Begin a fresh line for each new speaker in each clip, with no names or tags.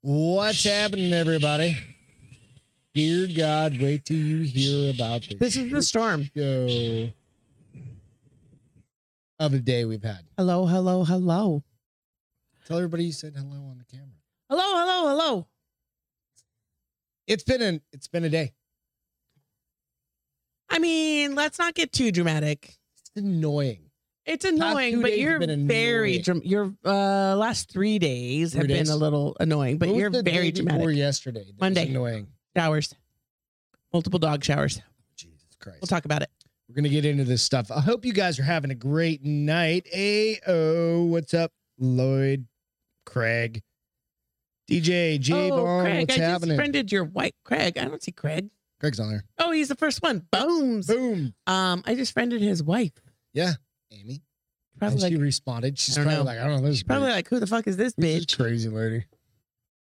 what's happening, everybody? Dear God, wait till you hear about the
This is the storm.
show of a day we've had.
Hello, hello, hello.
Tell everybody you said hello on the camera.
Hello, hello, hello.
It's been an it's been a day.
I mean, let's not get too dramatic.
It's annoying.
It's
two
annoying,
days
but
have
you're
been
very
annoying.
dram- your uh last 3 days have
Three days.
been a little annoying, but
What was
you're
the day
very
before
dramatic.
yesterday. that was
Monday.
Annoying.
Showers. Multiple dog showers.
Jesus Christ.
We'll talk about it.
We're gonna get into this stuff. I hope you guys are having a great night. Ayo, what's up, Lloyd, Craig, DJ, J Barn,
Oh, Craig,
what's
I just
happening?
friended your white Craig. I don't see Craig.
Craig's on there.
Oh, he's the first one. Bones.
Boom.
Um, I just friended his wife.
Amy.
Probably
and she
like,
responded. She's
I don't
probably
know.
like, I don't know. This is
probably
weird.
like, who the fuck is this
This is
bitch?
crazy lady.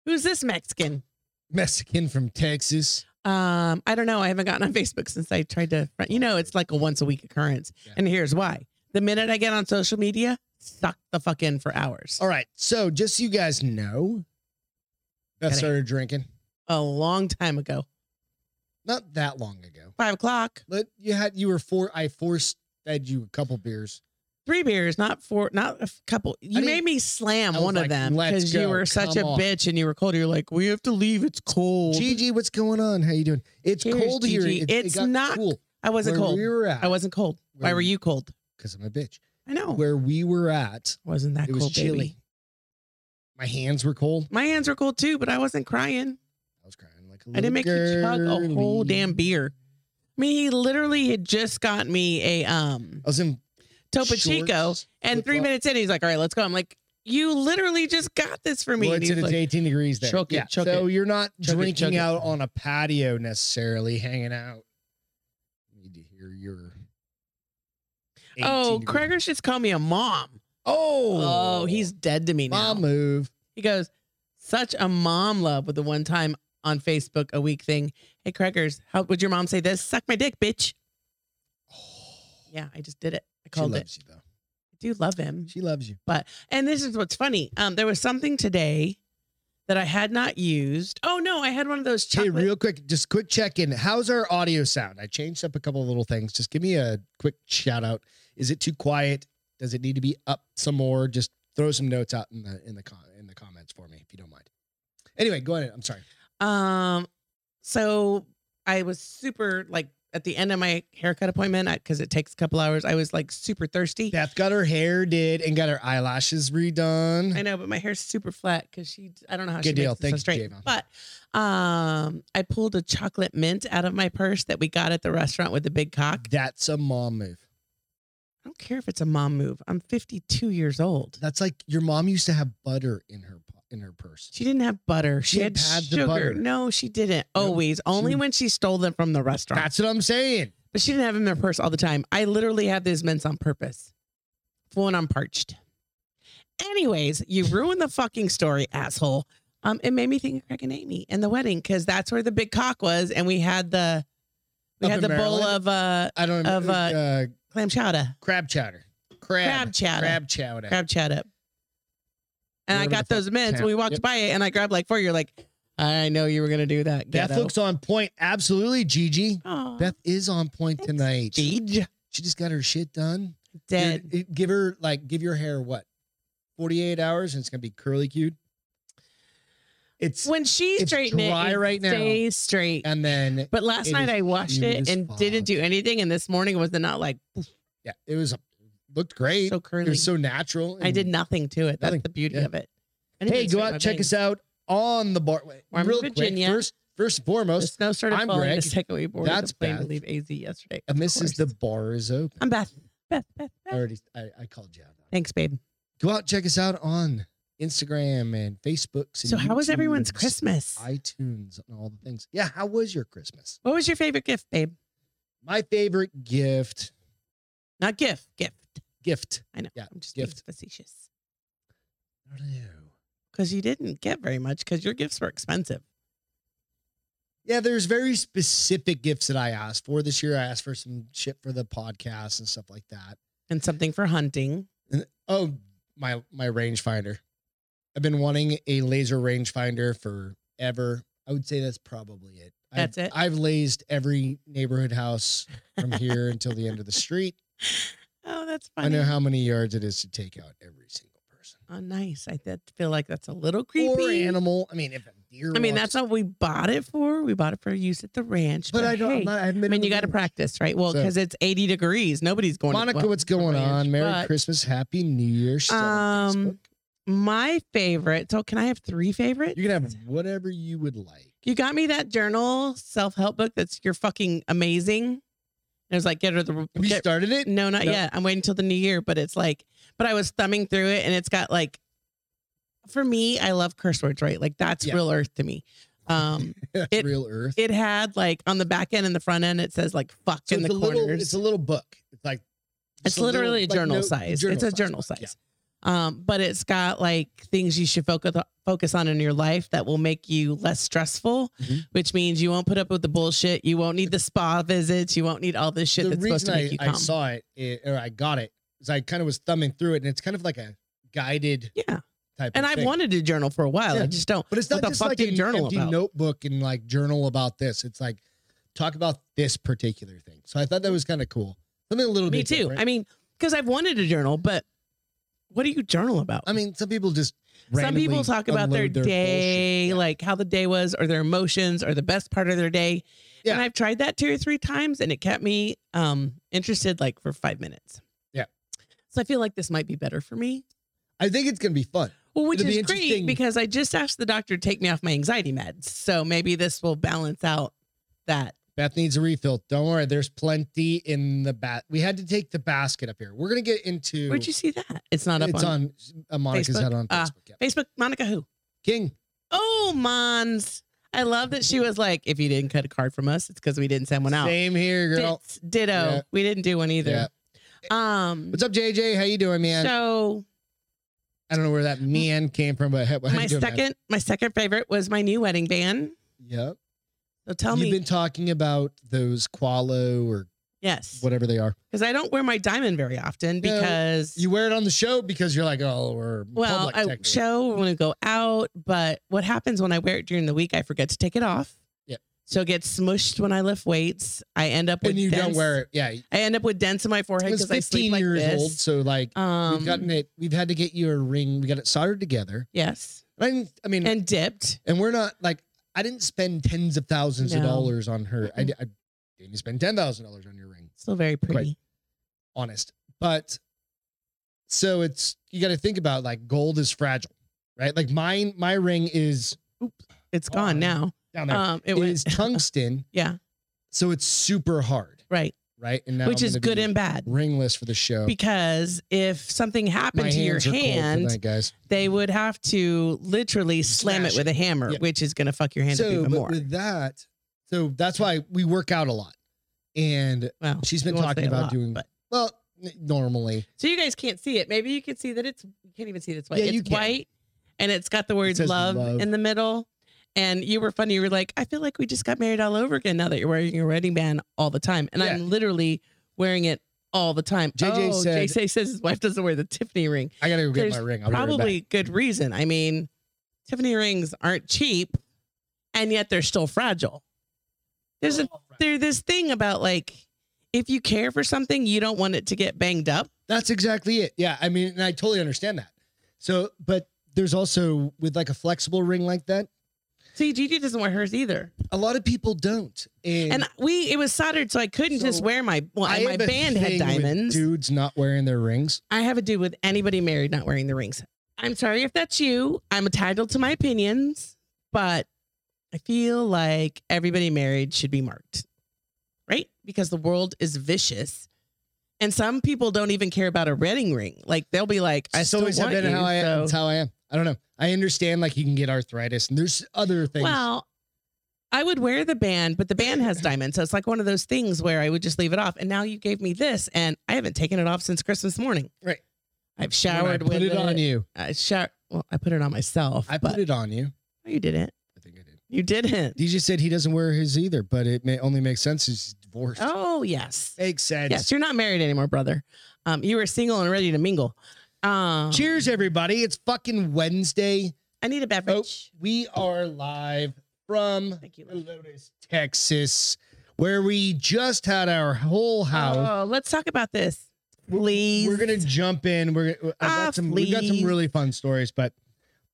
Who's this Mexican?
Mexican from Texas.
Um, I don't know. I haven't gotten on Facebook since I tried to. Front. You know, it's like a once a week occurrence,
Yeah.
and here's why: the minute I get on social media, suck the fuck in for hours.
All right. So just so you guys know, Beth
Gotta-
started drinking
A long time ago,
not that long ago.
five o'clock,
But you had you were four. I forced fed you a couple beers.
three beers, not four, not a f- couple. You
didn't-
made me slam
I was
one of
like,
them
"Let's
because you
go.
were such
Come
a
on."
bitch and you were cold. You're like, we have to leave. It's cold.
Gigi, what's going on? How you doing? It's
Cheers,
cold here.
Gigi. It's not
cool.
I wasn't
where
cold.
We were at.
I wasn't cold. Why
Where-
were you cold?
because I'm a bitch.
I know.
Where we were at,
wasn't that
it was
cold,
chilly.
baby.
My hands were cold.
My hands were cold too, but I wasn't crying.
I was crying like a
I didn't make you chug a whole
girly.
damn beer. I mean, he literally had just got me a um
I was in
Topo Chico,
shorts
and
with
three
lo-
minutes in, he's like, "All right, let's go." I'm like, "You literally just got this for me."
Well,
And
it's,
he's
it's
like,
18 degrees there.
Choke it, choke
so you're not
Choke it, choke
drinking
it.
out on a patio necessarily, hanging out. Need to hear your. 18
"Oh,
degrees.
Craigor should call me a mom."
Oh,
Oh, he's dead to me now.
mom move.
He goes, "Such a mom love with the one time on Facebook a week thing." Hey, Craigor's, how would your mom say this? Suck my dick, bitch. Yeah, I just did it. I
She
called it.
loves you though.
I do love him.
She loves you.
And this is what's funny. Um, there was something today that I had not used. Oh no, I had one of those
Hey,
chocolate.
real quick, just quick check in. How's our audio sound? I changed up a couple of little things. Just give me a quick shout out. Is it too quiet? Does it need to be up some more? Just throw some notes out in the in the com- in the comments for me if you don't mind. Anyway, go ahead. I'm sorry.
um, so I was super like at the end of my haircut appointment because it takes a couple hours. I was like super thirsty.
Beth got her hair did and got her eyelashes redone.
I know, but my hair's super flat because she. I don't know how
Good
she
deal.
makes it so
Thank you,
straight.
Javon.
but um, I pulled a chocolate mint out of my purse that we got at the restaurant with the big cock.
That's a mom move.
I don't care if it's a mom move. I'm 52 years old.
That's like your mom used to have butter in her po- in her purse.
She didn't have butter. She,
She
had
had pads of
sugar.
butter.
No, she didn't. Always. Only
she-
when she stole them from the restaurant.
That's what I'm saying.
but she didn't have them in her purse all the time. I literally have these mints on purpose. For when I'm parched. Anyways, you ruined the fucking story, asshole. Um, it made me think of Craig and Amy and the wedding because that's where the big cock was, and we had the we
Up
had
in
the bowl
Maryland?
of uh
I don't know.
Of,
uh,
clam chowder,
crab chowder.
crab
Crab
chowder, crab,
crab chowder.
chowder. And I
Whatever
got
the fuck
those mints.
town-
We walked
Yep.
by it, and I grabbed like four. You're like, I know you were gonna do that.
Beth
ghetto."
looks on point. Absolutely, Gigi.
Aw,
Beth is on point
Uh-huh.
tonight.
Thanks,
She
Gage.
just got her shit done.
Dead.
Dude, it- give her like give your hair what? 48 hours and it's gonna be curly cued. It's
When she
it's
straightened it,
dry
it
right now.
stays straight.
and then
But last
it
night
is
I washed
cute
it
as
and
fuck.
didn't do anything, and this morning was not like
yeah, it was looked great.
so
it
curly.
was so natural.
I did nothing to it. That's
Nothing.
the beauty
Yeah.
of it. I didn't
Hey,
even
go
straighten
out
my
and check
bangs.
us out on the bar.
We're in
Real
Virginia.
quick, first first and
The
foremost,
snow started
I'm
falling the
Greg.
second we boarded
That's
the plane to
Beth.
leave AZ yesterday.
and
Of
this is the
course.
bar is open.
I'm Beth. Beth. Beth.
I
Beth.
already I, I called you out.
Thanks, babe.
Go out and check us out on Instagram and Facebook. And
So, how was everyone's
YouTubes.
Christmas?
iTunes and all the things. Yeah, how was your Christmas?
What was your favorite gift, babe?
My favorite gift,
Not gift. Gift.
gift.
I know.
Yeah,
I'm just
gift.
being facetious.
I don't know.
Because you didn't get very much because your gifts were expensive.
Yeah, there's very specific gifts that I asked for this year. I asked for some shit for the podcast and stuff like that.
And something for hunting.
And, oh, my my rangefinder. I've been wanting a laser rangefinder for ever. I would say that's probably it.
That's
I've,
it?
I've lazed every neighborhood house from here until the end of the street.
Oh, that's funny.
I know how many yards it is to take out every single person
Oh, nice. I did feel like that's a little creepy.
or animal. I mean, if a deer.
I mean,
walks-
that's not what we bought it for. We bought it for use at the ranch.
But I don't.
hey,
I'm not, I haven't
I
been
mean,
in
you
the
got to
range.
practice, right? Well,
So-
because it's 80 degrees. Nobody's going.
Monica,
well,
what's going
ranch,
on? Merry
but-
Christmas, Happy New Year. Still on
Um,
Facebook.
my favorite. So, can I have three favorites?
you can have whatever you would like.
You got me that journal self help book. That's you're fucking amazing. And it was like get rid of the
Have you
get-
started it?
no, not
No.
yet. I'm waiting till the new year. But it's like, but I was thumbing through it, and it's got like, for me, I love curse words, right? Like that's
Yeah.
real earth to me. Um, it-
Real Earth.
it had like on the back end and the front end, it says like fuck
So
in the
it's a
corners.
little, it's a little book. It's like
It's
a little,
literally
like,
a journal
note-
size. it's a
size
journal
book. Yeah.
size. Um, but it's got like things you should focus focus on in your life that will make you less stressful,
Mhm.
which means you won't put up with the bullshit. You won't need the spa visits. You won't need all this shit
the
that's supposed
reason
to make
I,
you
I
calm.
saw it, it or I got it is I kind of was thumbing through it, and it's kind of like a guided
yeah,
type.
and
of
I've
thing.
wanted to journal for a while.
Yeah.
I just don't.
but it's
what
not
the
just
fuck
like
do you
an
journal
empty
about?
notebook and like journal about this. It's like talk about this particular thing. So I thought that was kind of cool. Something a little
Me
bit.
too.
different.
I mean, because I've wanted to journal, but what do you journal about?
I mean, some people just
Some people
randomly
talk about their,
unload bullshit.
day,
Yeah.
like how the day was, or their emotions, or the best part of their day.
Yeah.
And I've tried that two or three times, and it kept me um, interested, like for five minutes.
Yeah.
So I feel like this might be better for me.
I think it's gonna be fun.
Well, which
It'll be
is great
interesting.
because I just asked the doctor to take me off my anxiety meds, so maybe this will balance out that.
Beth needs a refill. Don't worry, there's plenty in the bat. We had to take the basket up here. We're gonna get into.
Where'd you see that? It's not up
it's
on,
on, uh, Monica's
Facebook?
head on
Ah.
Facebook. yeah.
Facebook. Monica, who?
King,
Oh, Mons. I love that she was like, if you didn't cut a card from us, it's because we didn't send one out.
same here, girl.
Fits, ditto.
Yeah.
We didn't do one either. Um,
What's up, JJ? How you doing, man?
so
I don't know where that man came from, but how, how
my
you doing, man?
second, my second favorite was my new wedding band.
Yep.
So tell
You've
me,
been talking about those Qualo or
yes,
whatever they are.
because I don't wear my diamond very often
No,
because
You wear it on the show because you're like, oh, we're
well,
public,
I
technically.
show when I go out, but what happens when I wear it during the week? I forget to take it off.
Yep.
So it gets smushed when I lift weights. I end up with
and you don't wear it. Yeah,
I end up with dents in my
I
forehead
was
because I
15
sleep like
years
this.
old, so like
Um,
we've gotten it. We've had to get you a ring. We got it soldered together.
yes,
And I, didn't, I mean, and,
and dipped.
we're not like I didn't spend tens of thousands of
No.
dollars on her. I,
Mm-mm.
di- I didn't spend ten thousand dollars on your ring.
Still very pretty.
honest. But so it's you got to think about like gold is fragile, right? Like mine, my ring is
It's
Gone.
gone now.
down there.
Um, it
it
was
Oh, is tungsten,
yeah,
so it's super hard,
right,
right? And now
which
I'm
is
gonna
good
be
and bad.
ringless for the show.
because if something happened
my
to your
hands are cold
hand,
tonight, guys.
they would have to literally slam it
Smash
with a hammer,
Yeah.
which is going to fuck your hand up
So,
even
but
more.
with that, so that's why we work out a lot, and
well,
she's
we
been
won't
talking
say a
about
lot,
doing-
but-
well, n- normally
So you guys can't see it. Maybe you can see that it's you can't even see that it's white.
Yeah,
it's
you can.
white, and it's got the words
says
love,
love.
in the middle. And you were funny. You were like, I feel like we just got married all over again. Now that you're wearing your wedding band all the time, and I'm literally wering it all the time.
JJ
oh,
said-
JJ says his wife doesn't wear the Tiffany ring.
I gotta go get
There's
my ring. I'll be right back.
probably good reason. I mean, Tiffany rings aren't cheap, and yet they're still fragile. There's a there's this thing about like if you care for something, you don't want it to get banged up.
That's exactly it. Yeah. I mean, and I totally understand that. So, but there's also with like a flexible ring like that,
See, Gigi doesn't wear hers either,
a lot of people don't. And,
and we it was soldered, so I couldn't
So,
just wear my well,
I
my
have a
band had
thing with
diamonds.
Dudes not wearing their rings.
I have a dude with anybody married not wearing the rings. I'm sorry if that's you. I'm entitled to my opinions, but I feel like everybody married should be marked, right? Because the world is vicious. And some people don't even care about a wedding ring. Like they'll be like, I
It's
still
always
want
have been
you.
how I am.
so-
It's how I am. I don't know. I understand like you can get arthritis and there's other things.
Well, I would wear the band, but the band has diamonds. So it's like one of those things where I would just leave it off. And now you gave me this, and I haven't taken it off since Christmas morning.
Right.
I've
When I
showered
put
with
it, on you.
I shower. Well, I put it on myself.
I
but
put it on you.
No, you didn't.
I think I did.
You didn't.
DJ said he doesn't wear his either, but it may only makes sense. He's divorced.
Oh yes,
Makes sense.
yes. You're not married anymore, brother. Um, you were single and ready to mingle. Um,
Cheers, everybody. It's fucking Wednesday.
I need a beverage.
We are live from
Thank you. love.
Lotus, Texas, where we just had our whole house.
Oh, let's talk about this, please.
We're gonna jump in. We're I've
Ah,
got some, we got some
please.
really fun stories, but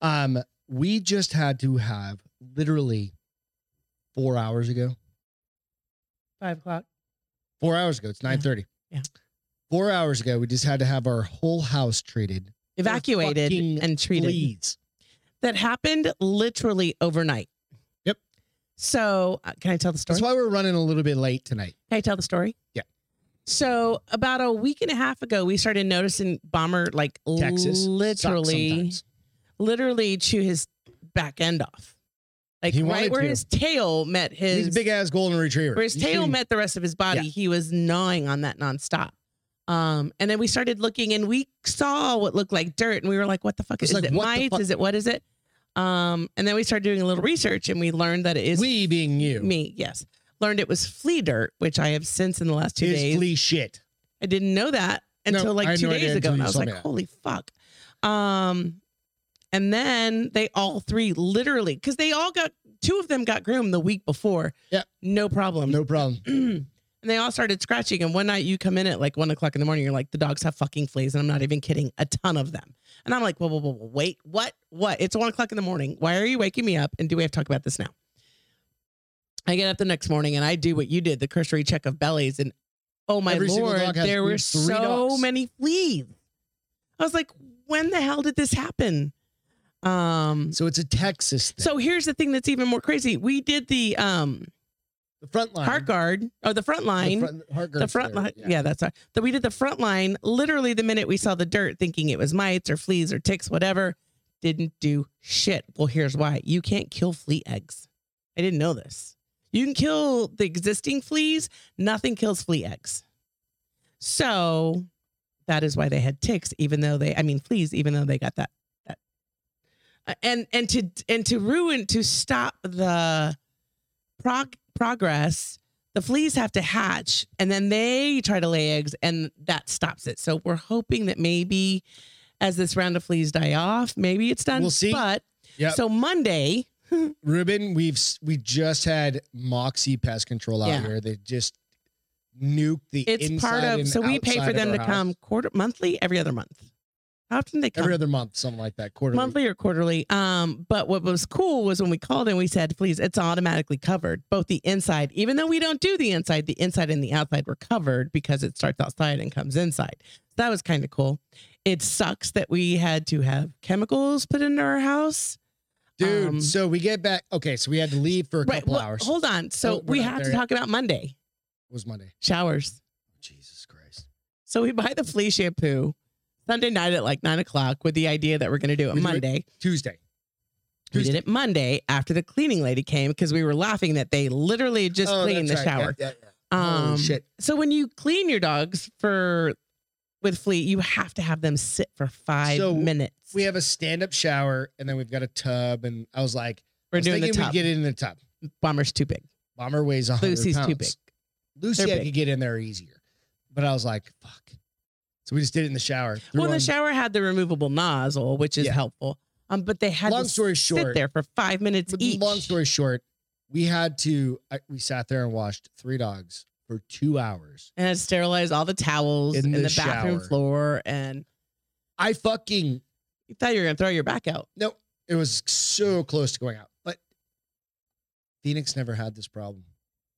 um, we just had to have literally four hours ago.
five o'clock.
Four hours ago. It's
Yeah.
nine thirty.
Yeah.
Four hours ago, we just had to have our whole house treated.
Evacuated
fucking
and treated.
Please.
That happened literally overnight.
Yep.
So uh, can I tell the story?
That's why we're running a little bit late tonight.
Can I tell the story?
Yeah.
So about a week and a half ago, we started noticing bomber like
Texas
literally,
Sucks sometimes.
literally chew his back end off, like
He
right
wanted
where
to.
his tail met his
He's a big ass golden retriever.
where his
You
tail
shouldn't-
met the rest of his body.
Yeah.
He was gnawing on that nonstop. Um, and then we started looking, and we saw what looked like dirt, and we were like, "What the fuck
It's
is
like,
it?
what the
Mites?
fuck-
Is it what is it?" Um, and then we started doing a little research, and we learned that it is
we being you.
me. Yes, learned it was flea dirt, which I have since in the last two
is
days.
flea shit.
I didn't know that
No,
until
I
like
had
two
no idea
days ago,
until
and
you
I was
told me
like,
that.
"Holy fuck!" Um, and then they all three literally, because they all got two of them got groomed the week before.
Yep.
no problem.
No problem.
and they all started scratching. And one night you come in at like one o'clock in the morning, you're like, the dogs have fucking fleas. And I'm not even kidding, a ton of them. And I'm like, whoa, whoa, whoa, whoa wait, what? What? It's one o'clock in the morning. Why are you waking me up? And do we have to talk about this now? I get up the next morning and I do what you did the cursory check of bellies. And oh my
Every single
Lord,
dog has
there
at
were
least three
so
dogs.
many fleas. I was like, when the hell did this happen? Um,
So it's a Texas thing.
so here's the thing that's even more crazy. We did the um,
the front line.
heart guard or the front
the
line
front, heart
the
guard's
front
there,
line. Yeah, that's right. So we did the front line literally the minute we saw the dirt, thinking it was mites or fleas or ticks, whatever. Didn't do shit. Well, here's why you can't kill flea eggs. I didn't know this. You can kill the existing fleas, nothing kills flea eggs. So that is why they had ticks, even though they, I mean, fleas, even though they got that. that. Uh, And and to and to ruin to stop the prog- progress the fleas have to hatch and then they try to lay eggs and that stops it. So we're hoping that maybe as this round of fleas die off, maybe it's done.
We'll see.
But
Yep.
so Monday,
Ruben, we've s- we just had Moxie Pest Control out
Yeah.
here. They just nuked the
it's
inside
part of
and
so we pay
outside
for
of
them
our
to
house.
come quarter monthly, every other month. How often they come?
every other month, something like that. Quarterly.
monthly or quarterly. Um, but what was cool was when we called and we said, please, it's automatically covered, both the inside, even though we don't do the inside, the inside and the outside were covered because it starts outside and comes inside. That was kind of cool. It sucks that we had to have chemicals put into our house.
Dude,
um,
so we get back. Okay, so we had to leave for a couple
well,
hours.
Hold on. So
Oh, we're
we
not
have
there
to
yet.
talk about Monday
it was Monday. Oh,
showers.
Jesus Christ.
So we buy the flea shampoo Sunday night at like nine o'clock with the idea that we're going to do it
We do it
Monday.
Tuesday.
We did
Tuesday.
it Monday after the cleaning lady came because we were laughing that they literally just
Oh,
cleaned the
that's right.
shower.
Yeah, yeah, yeah. Holy
Um,
shit.
So when you clean your dogs for with flea, you have to have them sit for five
So
minutes.
We have a stand-up shower, and then we've got a tub. And I was like, I
we're
was
doing the
thinking
top.
we get it in the tub.
Bomber's too big.
Bomber weighs 100
Lucy's
pounds.
too big.
Lucy,
They're
I
big.
could get in there easier, but I was like, fuck. So we just did it in the shower. threw
Well, the
on-
shower had the removable nozzle, which is
Yeah.
helpful. Um, but they had
Long
to
story
sit
short-
there for five minutes
but
each.
Long story short, we had to. I, we sat there and watched three dogs for two hours.
and had to sterilize all the towels
In
and
the
the, bathroom
shower.
floor, and
I fucking
you thought you were gonna throw your back out.
no. It was so close to going out, but Phoenix never had this problem.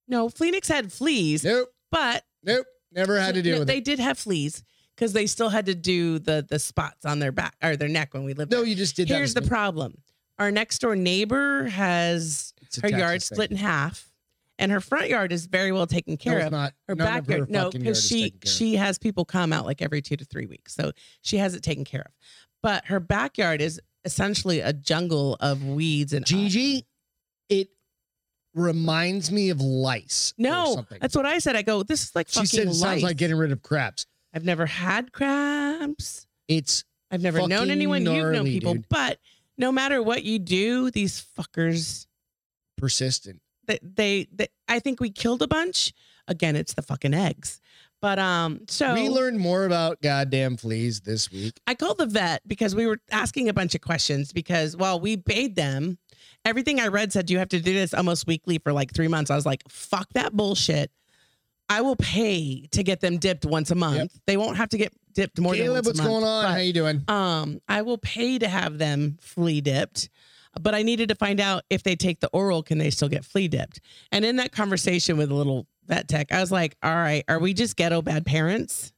No, Phoenix had fleas,
Nope,
but
nope, never had to
No,
deal with
they
it.
did have fleas because they still had to do the the spots on their back or their neck when we lived.
No,
there.
you just did
here's the
that.
problem: our next door neighbor has
It's a
her
Texas
yard
thing.
split in half, and her front yard is very well taken
No,
care
it's
of.
not.
Her
None of
backyard, no,
fucking yard
because
is
she
taken care of.
she has people come out like every two to three weeks, so she has it taken care of. But her backyard is essentially a jungle of weeds and
Gigi, it reminds me of lice. or
No,
something.
that's what I said. I go, this is like
she
fucking
said. It sounds
lice.
like getting rid of crabs.
I've never had crabs.
It's
I've never known
Fucking
anyone. You've known
gnarly,
people,
dude.
but no matter what you do, these fuckers,
persistent.
they, they, they, I think we killed a bunch. Again, it's the fucking eggs, But um, so
we learned more about goddamn fleas this week.
I called the vet because we were asking a bunch of questions because while we bathed them, everything I read said you have to do this almost weekly for like three months. I was like, fuck that bullshit. I will pay to get them dipped once a month. They won't have to get dipped more
Caleb,
than
what's
once a month.
going on? How you doing?
But, um, I will pay to have them flea dipped, but I needed to find out if they take the oral, can they still get flea dipped? And in that conversation with a little vet tech, I was like, all right, are we just ghetto bad parents?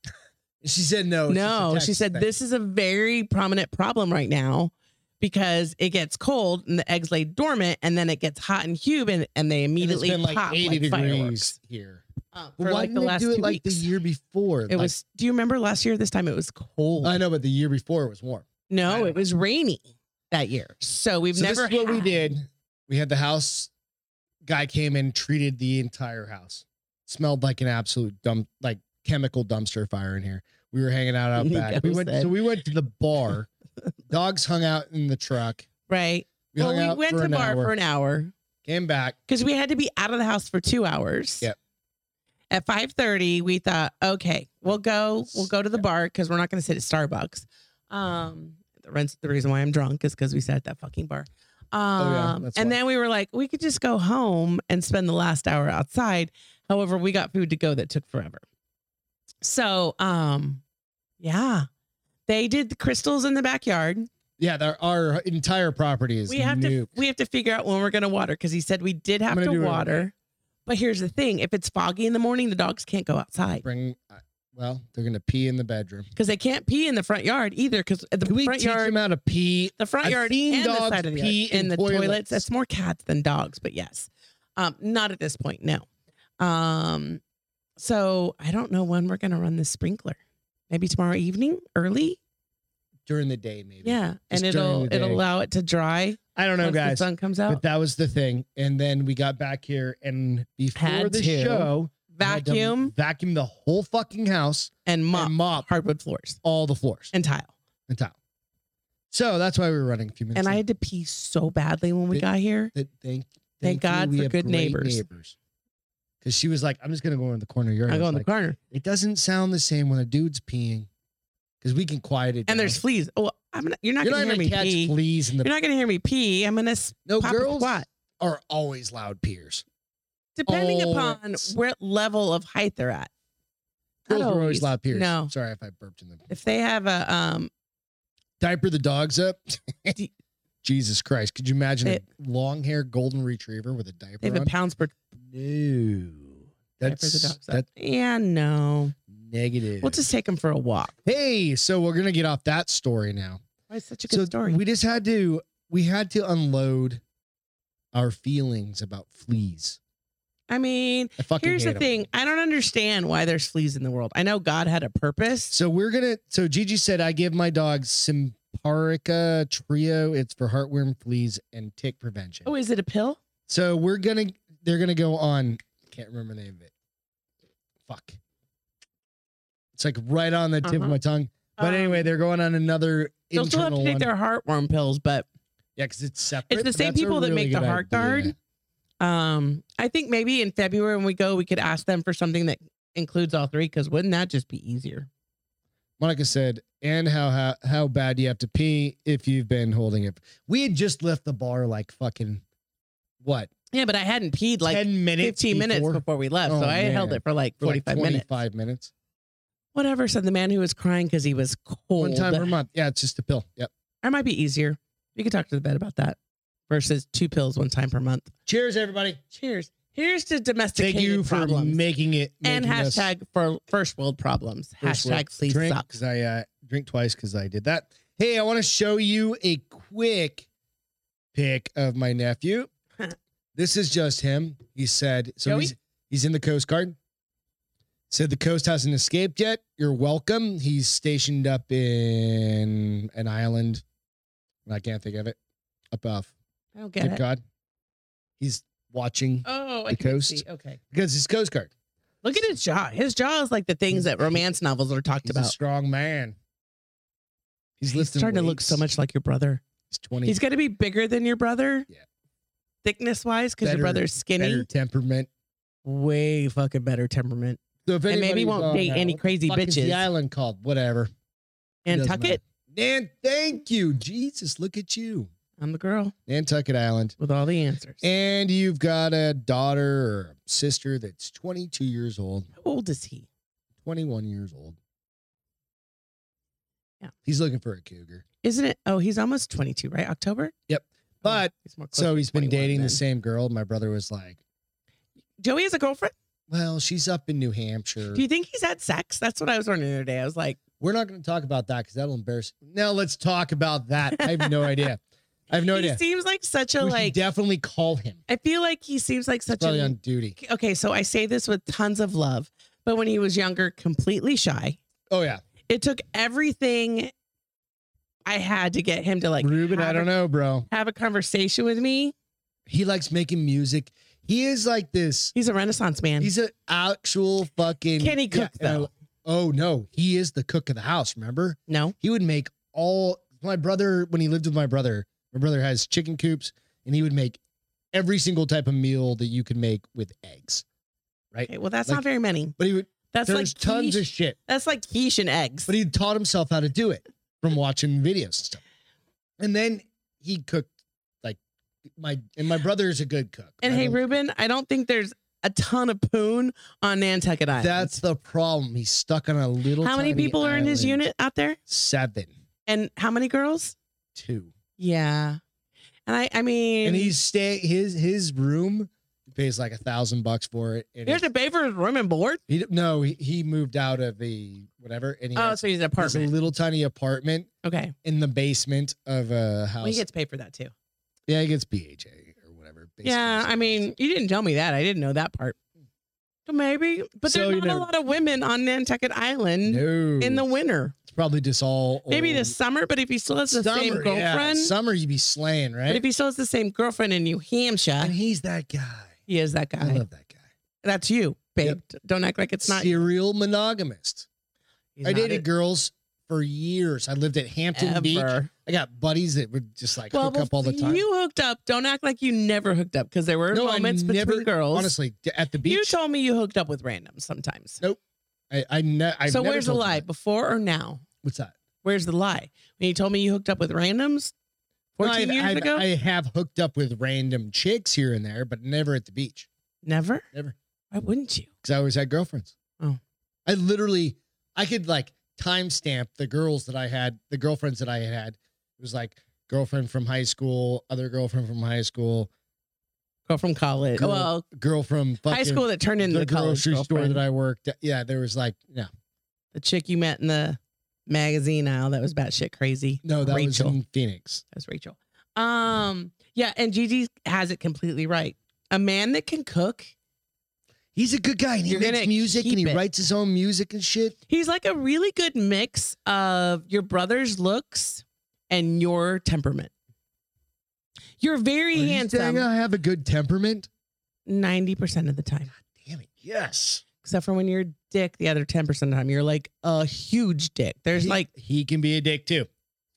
She said no. it's just Oh, a
No, she
text
said
thing.
this is a very prominent problem right now because it gets cold and the eggs lay dormant and then it gets hot and humid and they
And it's
immediately
been like
pop
80
like
degrees
fireworks.
here.
Uh,
But Why
for like
didn't
the
they
last
do it
two
like
weeks.
the year before?
it
Like-
was do you remember last year this time it was cold?
I know, but the year before it was warm. I
no,
know.
it was rainy that year. So we've
so
never
this is what we
had-
did. We had the house guy came in, treated the entire house. Smelled like an absolute dump, like chemical dumpster fire in here. We were hanging out out
He
back. We
knows
went,
that.
so we went to the bar. Dogs hung out in the truck.
right.
We hung
well,
out
we went
for
to
an
bar
hour,
for an hour
Came back.
because we had to be out of the house for two hours.
Yep.
At five thirty, we thought, okay, we'll go, we'll go to the bar because we're not going to sit at Starbucks. Um, the rent- the reason why I'm drunk is because we sat at that fucking bar. Um,
Oh, yeah, that's
and
why.
then we were like, we could just go home and spend the last hour outside. However, we got food to go that took forever. So, um, yeah, they did the crystals in the backyard
Yeah, there, our entire property is
we have
new.
to we have to figure out when we're going to water because he said we did have
gonna
to
do it
water. But here's the thing: if it's foggy in the morning, the dogs can't go outside
Bring, uh, well, they're gonna pee in the bedroom.
because they can't pee in the front yard either. Because the
Can we
front
teach
yard,
them how to pee?
the front
I've
yard,
seen
and the
dogs
side of the
pee
yard,
in
and the
toilets.
toilets. That's more cats than dogs, but yes, um, not at this point, no. Um, so I don't know when we're going to run the sprinkler. Maybe tomorrow evening, early.
during the day, maybe.
Yeah, and
Just
it'll
during the
it'll
day.
allow it to dry
I don't know,
once
guys.
the sun comes out.
But that was the thing. And then we got back here, and before
Had
the
to.
show, I had to
Vacuum
vacuum the whole fucking house,
and mop
and mop
hardwood floors
all the floors and,
and tile.
tile. So that's why we were running a few minutes.
and I
late.
had to pee so badly when we
Th-
got here.
Th- thank,
Thank
you,
God
we
for
have
good
great
neighbors.
neighbors. Because she was like, "I'm just gonna go in the corner yard."
I go in the
like,
corner
It doesn't sound the same when a dude's peeing, because we can quiet it. down.
and there's fleas. Oh, I'm not, you're not
you're not
gonna
gonna
hear me
catch
pee.
fleas in the
You're not gonna hear me pee. I'm gonna s-
no
pop a
girls
squat.
are always loud peers.
Depending
Oh,
upon
it's-
what level of height they're at. Not
Girls are always loud peers.
No,
sorry if I burped in the
if they have a um,
diaper the dogs up.
Do-
Jesus Christ! Could you imagine
They-
a long haired golden retriever with a diaper
they have a
on?
pounds per.
no,
diaper,
that's
the dog's up.
that's
Yeah, no.
negative.
We'll just take them for a walk.
hey, so we're gonna get off that story now.
Why is such a good
so
story?
we just had to we had to unload our feelings about fleas.
I mean,
I fucking
here's
hate
the
'em.
thing. I don't understand why there's fleas in the world. I know God had a purpose.
So we're gonna. So Gigi said I give my dog Simparica Trio. It's for heartworm, fleas, and tick prevention.
Oh, is it a pill?
So we're gonna they're gonna go on can't remember the name of it. Fuck. It's like right on the tip of
Uh-huh.
my tongue. But
Um,
anyway, they're going on another
They'll
internal
still have to
one.
take their heartworm pills, but
yeah, because it's separate.
It's the
but
same
that's a
people that
really
make the
good
heart
idea.
guard. um, I think maybe in February when we go, we could ask them for something that includes all three. Because wouldn't that just be easier?
Monica said, and how, how how bad you have to pee if you've been holding it. We had just left the bar like fucking what?
Yeah, but I hadn't peed like
Ten minutes.
15 minutes
before-
before we left,
Oh,
so I held
man.
it for like
for
45
like
minutes.
Five minutes.
Whatever," said the man who was crying because he was cold.
One time per month. Yeah, it's just a pill. Yep.
That might be easier. We could talk to the vet about that versus two pills one time per month.
Cheers, everybody.
Cheers. Here's to domesticated
Thank you for
problems
making it
and
making us-
hashtag for first world problems.
First
hashtag
world
please
drink
sucks.
because I uh, drink twice because I did that. Hey, I want to show you a quick pic of my nephew. this is just him. He said, "So
Joey?
he's he's in the Coast Guard." Said the coast hasn't escaped yet. You're welcome. He's stationed up in an island. I can't think of it. Up off
I don't get
Cape
it.
Cod. He's watching
Oh,
The
I can
coast.
see. Okay.
because he's Coast Guard.
Look at his jaw. His jaw is like the things that romance novels are talked
He's a
about.
strong man. He's,
He's
lifting
starting to look so
weights.
much like your brother.
He's twenty.
He's going to be bigger than your brother.
Yeah.
Thickness wise, because
Better-
your brother's skinny.
better temperament.
Way fucking better temperament.
So if
and maybe
anybody's
won't
on
date
that,
any
what the
crazy
fuck is the
bitches.
island called whatever.
Nantucket.
Nan, thank you, Jesus. Look at you,
I'm the girl
Nantucket Island.
with all the answers.
And you've got a daughter or sister that's 22 years old,
How old is he?
21 years old.
Yeah.
he's looking for a cougar.
Isn't it? Oh, he's almost 22, right? October.
Yep.
Oh,
But-
he's more close
So
to
he's been
21
dating
then.
the same girl. My brother was like,
Joey has a girlfriend.
"Well, she's up in New Hampshire.
Do you think he's had sex? That's what I was wondering the other day. I was like,
We're not going to talk about that because that'll embarrass." Now let's talk about that. I have no idea. I have no
he
idea.
seems like such a
we
like.
should definitely call him.
I feel like he seems like such
Probably
a
on duty.
okay, so I say this with tons of love, but when he was younger, completely shy.
Oh yeah,
It took everything I had to get him to like
Ruben. I
have
don't
a,
know, bro.
have a conversation with me.
He likes making music. He is like this.
He's a renaissance man.
He's an actual fucking.
Can he cook
Yeah,
though?
uh, oh no, he is the cook of the house. Remember,
no.
he would make all. My brother, when he lived with my brother, my brother has chicken coops, and he would make every single type of meal that you could make with eggs.
Okay, well that's
Like-
not very many.
But he would.
That's like
there's tons
quiche,
of shit.
that's like quiche and eggs.
But he taught himself how to do it from watching videos and stuff. And then he cooked like my and my brother's a good cook.
and
I
hey
don't-
Ruben, I don't think there's a ton of poon on Nantucket Island.
that's the problem. He's stuck on a little.
how many
tiny
people are in his
island.
unit out there?
Seven,
And how many girls?
two,
Yeah. And I I mean
and he's stay his his room. He pays like a thousand bucks for it. And
you have
he,
to pay for his room and board.
he- no, he, he moved out of the whatever, and he
Oh,
has,
so he's an
he has
apartment.
a little tiny apartment
Okay.
in the basement of a house.
Well, he gets paid for that too.
yeah, he gets BHA or whatever. basement
yeah, I
service.
mean, you didn't tell me that. I didn't know that part. So Maybe, but
So, you
there's not
know-
a lot of women on Nantucket Island
no.
in the winter.
It's probably just all
Maybe
old.
the summer, but if he still has the same
Summer, yeah.
girlfriend,
Summer, you'd be slaying, right?
but if he still has the same girlfriend in New Hampshire,
and he's that guy.
he is that
I
guy.
love that guy.
That's you, babe.
Yep.
D- Don't act like it's not.
serial monogamist.
he's
I
not
dated
it
girls for years. I lived at Hampton Beach.
ever.
I got buddies that would just like
Well,
hook up all the time.
you hooked up. Don't act like you never hooked up because there were
No, I
moments
never-
between girls.
Honestly, d- at the
you
beach,
told me you hooked up with randoms sometimes.
I, I ne- I've
so
never
where's the
told you
lie?
that.
Before or now?
What's that?
Where's the lie? When you told me you hooked up with randoms
No,
14
I've-
years
I've-
ago?
I have hooked up with random chicks here and there, but never at the beach
Never?
Never.
Why wouldn't you?
because I always had girlfriends.
Oh.
I literally, I could like timestamp the girls that I had, the girlfriends that I had. It was like girlfriend from high school, other girlfriend from high school,
Girl from college.
Girl
well,
girl from fucking
high school that turned into
the,
the college
grocery store
girlfriend.
that I worked. At. Yeah, there was like no,
the chick you met in the magazine aisle that was batshit crazy.
no, that
Rachel.
was in Phoenix.
That was Rachel. Um, yeah, and Gigi has it completely right. A man that can cook,
He's a good guy and he
You're
makes
gonna
music and
keep
he
it.
writes his own music and shit.
he's like a really good mix of your brother's looks and your temperament. You're very
Are you saying
handsome
I have a good temperament.
90% of the time.
Damn it! Yes,
except for when you're a dick the other 10% of the time. You're like a huge dick. There's
He-
like,
he can be a dick too.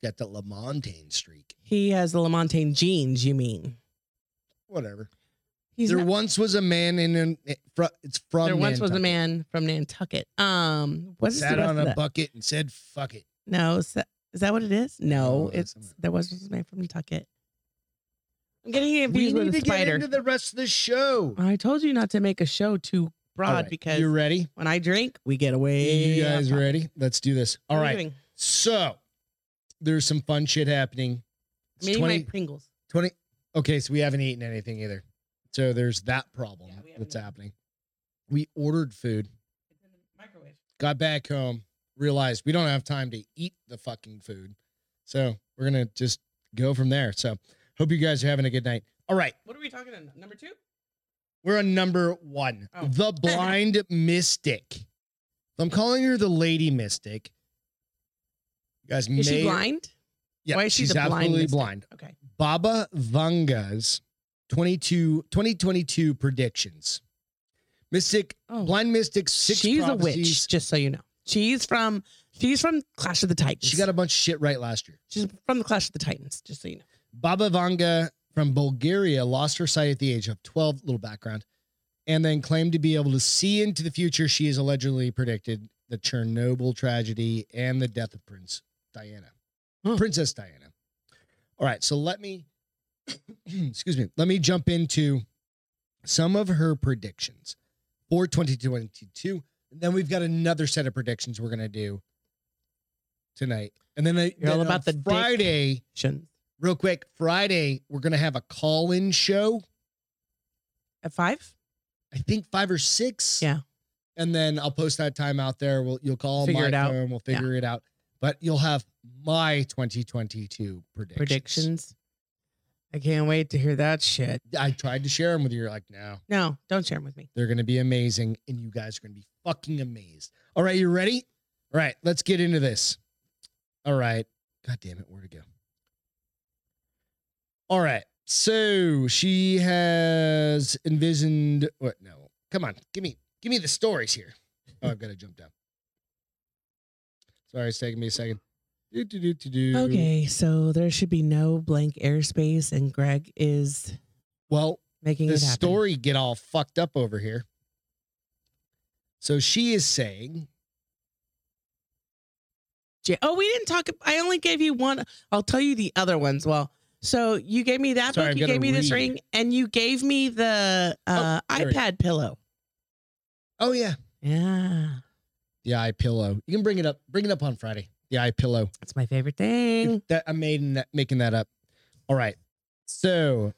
Got the Lamontagne streak.
he has the Lamontagne genes, you mean?
Whatever.
He's
there
not-
once was a man in an it- fro- it's from
there once was a
Nantucket.
man from Nantucket. Um, what is
sat
the rest
on
of
a
that?
bucket and said fuck it.
No, is that, is that what it is?
No,
No,
that's
it's
something.
there was a man from Nantucket. I'm getting
We
confused
need
with
to
a
get
spider.
into the rest of the show.
I told you not to make a show too
All
broad
right,
because
you ready?
when I drink, we get away.
You guys
off topic.
ready? Let's do this. All
What are you
right.
doing?
So there's some fun shit happening.
I'm
It's
eating
20,
my Pringles.
20 Okay, so we haven't eaten anything either. So there's that problem
Yeah, we haven't
that's
eaten.
happening. We ordered food,
It's in the microwave.
got back home, realized we don't have time to eat the fucking food. So we're gonna just go from there. So hope you guys are having a good night. All right.
What are we talking about? Number two?
We're on number one,
Oh.
the blind mystic. I'm calling her the lady mystic. You guys may
Is she blind?
Yeah,
Why is she
she's
the blind
absolutely
mystic?
blind.
Okay.
Baba Vanga's 22, 2022 predictions. Mystic,
Oh.
blind mystic, six
she's a
prophecies.
witch, just so you know. She's from she's from Clash of the Titans.
She got a bunch of shit right last year.
she's from the Clash of the Titans, just so you know.
Baba Vanga from Bulgaria lost her sight at the age of 12. Little background. and then claimed to be able to see into the future. She has allegedly predicted the Chernobyl tragedy and the death of Prince Diana,
Hmm.
Princess Diana. All right, so let me, excuse me, let me jump into some of her predictions for 2022. And then we've got another set of predictions we're going to do tonight. And then, I,
You're all
then
about
on
the dick.
Friday
Shouldn't-
real quick friday we're gonna have a call-in show
At five?
i think five or six
Yeah.
and then i'll post that time out there we'll you'll call
Figure
my
it out.
phone we'll figure it out but you'll have my 2022 predictions.
Predictions. I can't wait to hear that shit.
i tried to share them with you you're like no
No, don't share them with me.
they're gonna be amazing and you guys are gonna be fucking amazed all right you ready all right let's get into this all right god damn it where to go all right so she has envisioned what no come on give me give me the stories here oh i've got to jump down sorry it's taking me a second do, do, do, do, do.
Okay, so there should be no blank airspace, and Greg is
well
making
the
it happen.
story get all fucked up over here. So she is saying,
J- Oh, we didn't talk. I only gave you one. I'll tell you the other ones. Well, so you gave me that
Sorry, I've
book, you
gotta
gave me this
read.
ring, and you gave me the uh,
Oh, there we go.
iPad pillow.
"Oh yeah,
Yeah,
the eye pillow. You can bring it up. Bring it up on Friday. The eye pillow.
that's my favorite thing.
That I'm making that, making that up. All right. So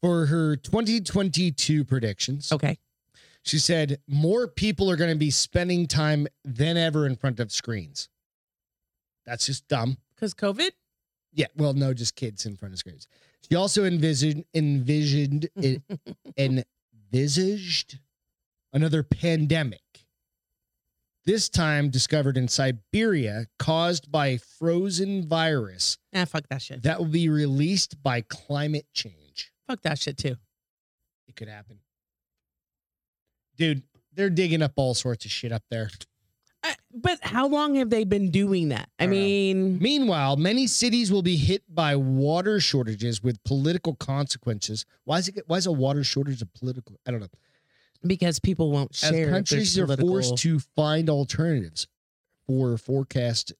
for her 2022 predictions,
Okay,
she said more people are going to be spending time than ever in front of screens. That's just dumb.
because COVID.
Yeah. Well, no, just kids in front of screens. She also envisioned envisioned it, envisaged another pandemic. This time discovered in Siberia, caused by a frozen virus
Ah, fuck that shit.
that will be released by climate change.
Fuck that shit too.
It could happen. Dude, they're digging up all sorts of shit up there.
I, but how long have they been doing that? I,
I don't know.
mean,
Meanwhile, many cities will be hit by water shortages with political consequences. Why is it? Why is a water shortage a political? I don't know.
because people won't
As
share.
countries are forced to find alternatives for forecast,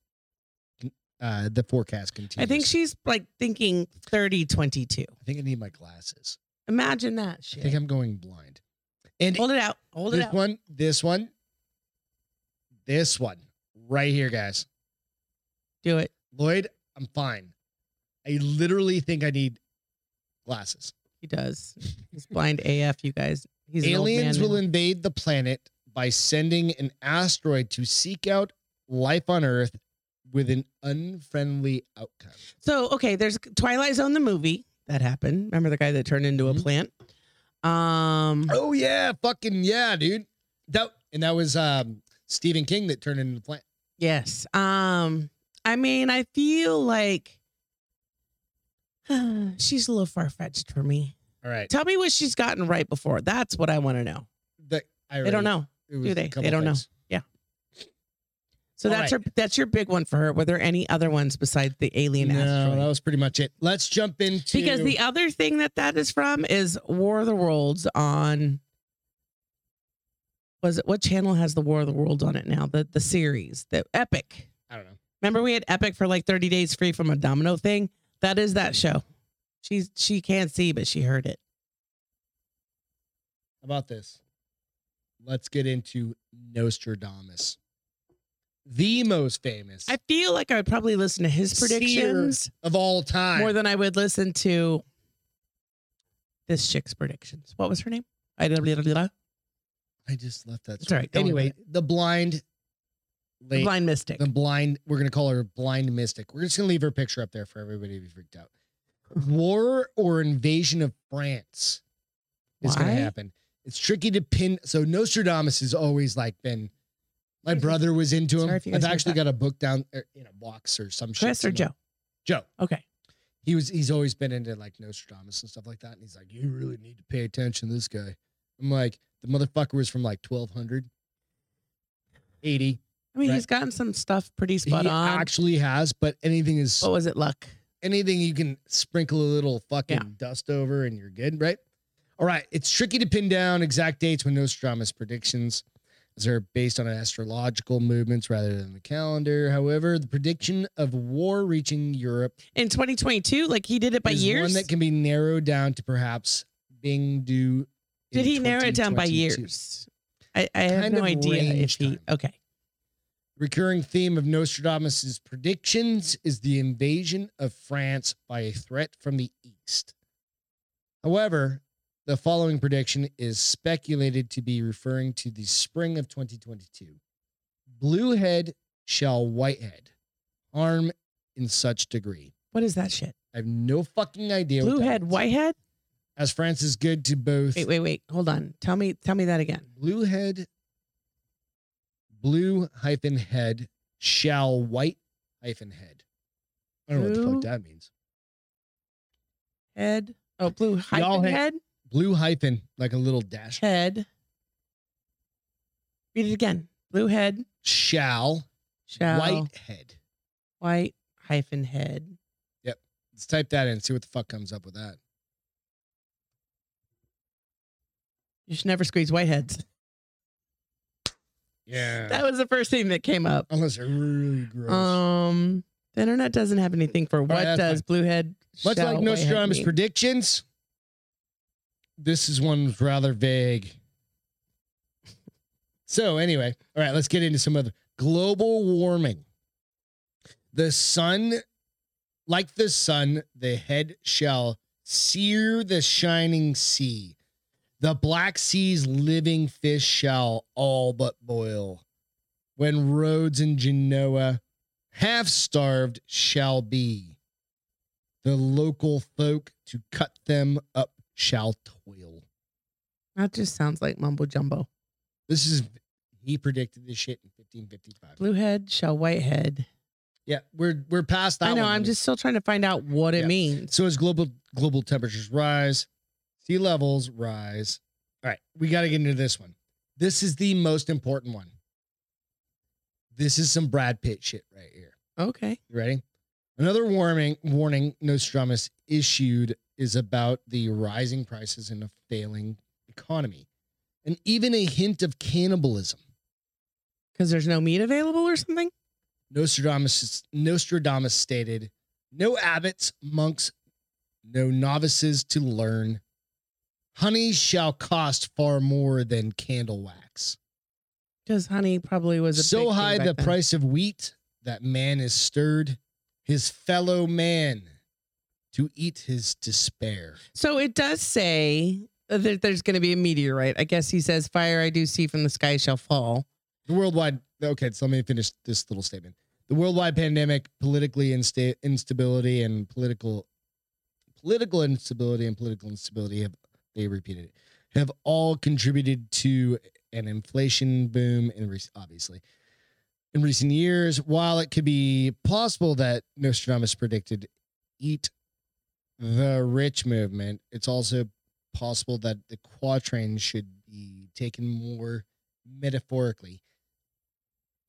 uh, the forecast
I
continues.
think she's like thinking 30, 22.
I think I need my glasses.
Imagine that shit.
I think I'm going blind. And
Hold it out. Hold it
this
out.
one, this one, this one, right here, guys.
Do it.
Lloyd, I'm fine. I literally think I need glasses.
He does. He's blind AF, you guys. He's an old
Aliens
man
will
now.
invade the planet by sending an asteroid to seek out life on Earth with an unfriendly outcome.
So okay, there's Twilight Zone the movie that happened. Remember the guy that turned into a
Mhm.
plant? Um,
Oh yeah, fucking yeah, dude. That and that was um Stephen King that turned into the plant.
yes. Um, I mean, I feel like she's a little far fetched for me.
All right.
Tell me what she's gotten right before. That's what I want to know.
That I
They don't
already-
know.
it was
do
a
they?
couple
They don't know.
things.
So
All
that's
right.
her. That's your big one for her. Were there any other ones besides the alien
No,
asteroid?
that was pretty much it. Let's jump into
Because the other thing that that is from is War of the Worlds on. Was it what channel has the War of the Worlds on it now? The the series, the Epic.
I don't know.
Remember we had Epic for like thirty days free from a domino thing. That is that show. She's she can't see, but she heard it.
How about this? Let's get into Nostradamus. The most famous
I feel like I would probably listen to his
Seer.
predictions
of all time.
more than I would listen to this chick's predictions. What was her name? I
I just left that.
It's
story.
all right, don't worry
Anyway, the blind,
The
lady,
blind mystic.
the blind. We're gonna call her blind mystic. We're just gonna leave her picture up there for everybody to be freaked out. War or invasion of France is
Why?
gonna happen. It's tricky to pin. So Nostradamus has always like been. My
Here's a-
brother was into
Sorry
him.
if you guys
I've
heard
actually
that.
got a book down er, in a box or some shit.
Chris or
somewhere.
Joe?
Joe.
Okay.
He was. He's always been into like Nostradamus and stuff like that. And he's like, you really need to pay attention to this guy. I'm like, the motherfucker was from like 1200, 80.
I mean,
Right.
he's gotten some stuff pretty spot
he
on. Oh.
actually has, but anything is
what was it? Luck.
anything you can sprinkle a little fucking dust over and you're good, right? All right. It's tricky to pin down exact dates when Nostradamus predictions are based on astrological movements rather than the calendar. However, the prediction of war reaching Europe
In 2022, like he did it by
is one
years.
that can be narrowed down to perhaps being due. in
did he narrow it down by
2022.
years? I, I have
Kind
no
of
idea if
range
he.
time.
Okay.
Recurring theme of Nostradamus's predictions is the invasion of France by a threat from the east. However, the following prediction is speculated to be referring to the spring of 2022. Blue head shall white head harm in such degree.
What is that shit?
I have no fucking idea. what
Blue
that
head,
means.
white head.
As France is good to both
Wait, wait, wait. Hold on. Tell me, tell me that again.
blue head, blue hyphen head, shall white hyphen head. I don't know
Blue
what the fuck that means.
Head. Oh, blue
Y'all
hyphen
ha-
head.
Blue hyphen, like a little dash.
Head. Read it again. Blue head.
Shall,
Shall.
white head.
White hyphen head.
Let's type that in, see what the fuck comes up with that.
You should never squeeze white heads.
Yeah.
That was the first thing that came up.
Unless they're really Oh, gross.
Um, the internet doesn't have anything for what
that's
does blue head.
Much
shall
like
white head
Nostradamus
mean?
predictions, this is one's rather vague. So anyway, all right, let's get into some other global warming. The sun, like the sun, the head shall sear the shining sea. The black sea's living fish shall all but boil. When Rhodes and Genoa, half starved, shall be the local folk to cut them up shall toil.
that just sounds like mumbo jumbo.
This is he predicted this shit in 1555.
Blue head shall white head.
Yeah, we're we're past that.
I know.
one.
I'm just still trying to find out what it
Yeah.
means.
so as global global temperatures rise, sea levels rise. All right, we got to get into this one. This is the most important one. This is some Brad Pitt shit right here.
Okay.
You ready? Another warming warning Nostradamus issued is about the rising prices and a failing economy, and even a hint of cannibalism.
Because there's no meat available or something.
Nostradamus Nostradamus stated, "No abbots, monks, no novices to learn. Honey shall cost far more than candle wax.
Because honey probably was a big
So
thing
high
back
the
then.
price of wheat that man is stirred, his fellow man." To eat his despair.
So it does say that there's going to be a meteorite. I guess he says, "Fire I do see from the sky shall fall."
The worldwide okay, so let me finish this little statement. The worldwide pandemic, politically insta- instability, and political political instability and political instability have they repeated it have all contributed to an inflation boom in rec- obviously in recent years. While it could be possible that Nostradamus predicted "eat the rich" movement, it's also possible that the quatrain should be taken more metaphorically.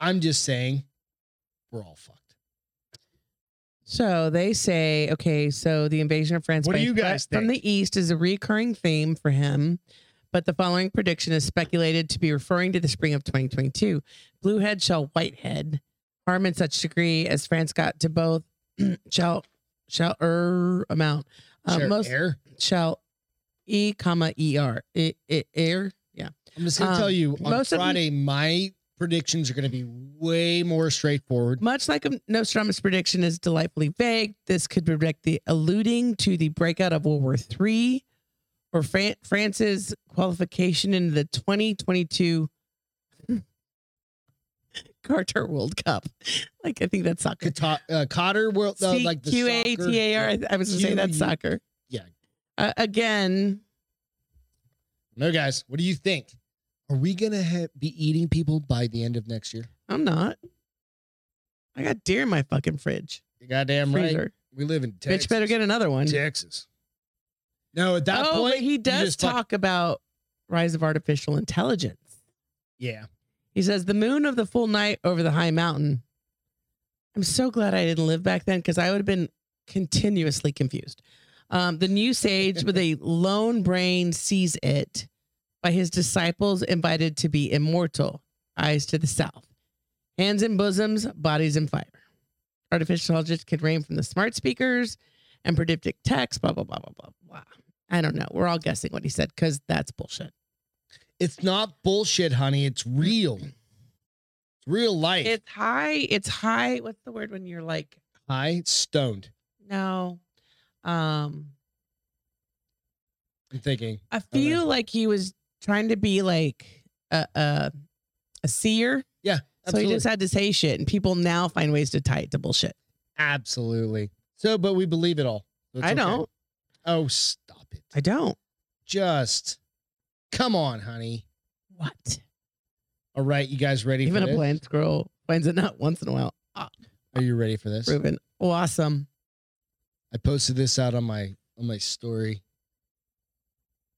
I'm just saying, we're all fucked.
So they say, okay, so the invasion of France
What do
by
you
threat
guys
from the east is a recurring theme for him, but the following prediction is speculated to be referring to the spring of 2022. Blue head shall white head harm in such degree as France got to both shall shall er amount uh,
Sure,
most
air.
shall e comma er E- e- air yeah
I'm just gonna
um,
tell you on
most of 'em-
Friday, my predictions are gonna be way more straightforward.
Much like a Nostradamus prediction is delightfully vague, this could predict the alluding to the breakout of World War III or Fran- France's qualification in the 2022 Carter World Cup. Like, I think that's soccer.
Qatar, uh, Cotter World, uh, like the
C-Q-A-T-A-R.
soccer-
I- I was going to say that's
You-
soccer.
yeah.
Uh, again,
No, guys, what do you think? Are we gonna ha- be eating people by the end of next year?
I'm not. I got deer in my fucking fridge.
You goddamn right.
freezer.
We live in Texas.
Bitch better get another one.
Texas. No, at that
oh,
point
but he
you
does
just fuck-
talk about rise of artificial intelligence.
yeah,
He says, The moon of the full night over the high mountain. I'm so glad I didn't live back then because I would have been continuously confused. Um, the new sage with a lone brain sees it by his disciples invited to be immortal. Eyes to the south, hands in bosoms, bodies in fire. Artificial intelligence could rain from the smart speakers and predict text, blah, blah, blah, blah, blah, blah. I don't know. We're all guessing what he said because that's bullshit.
It's not bullshit, honey. It's real. It's real life.
It's high. It's high. What's the word when you're like,
High, stoned.
no, um,
I'm thinking.
I feel like he was trying to be like a a, a seer,
Absolutely.
so he just had to say shit, and people now find ways to tie it to bullshit.
Absolutely. So, but we believe it all. So it's
I
okay.
don't.
Oh, stop it.
I don't.
Just come on, honey.
What?
All right, you guys ready
Even
for
a
this?
blind squirrel finds a nut once in a while. Ah,
Are you ready for this?
proven awesome.
I posted this out on my on my story.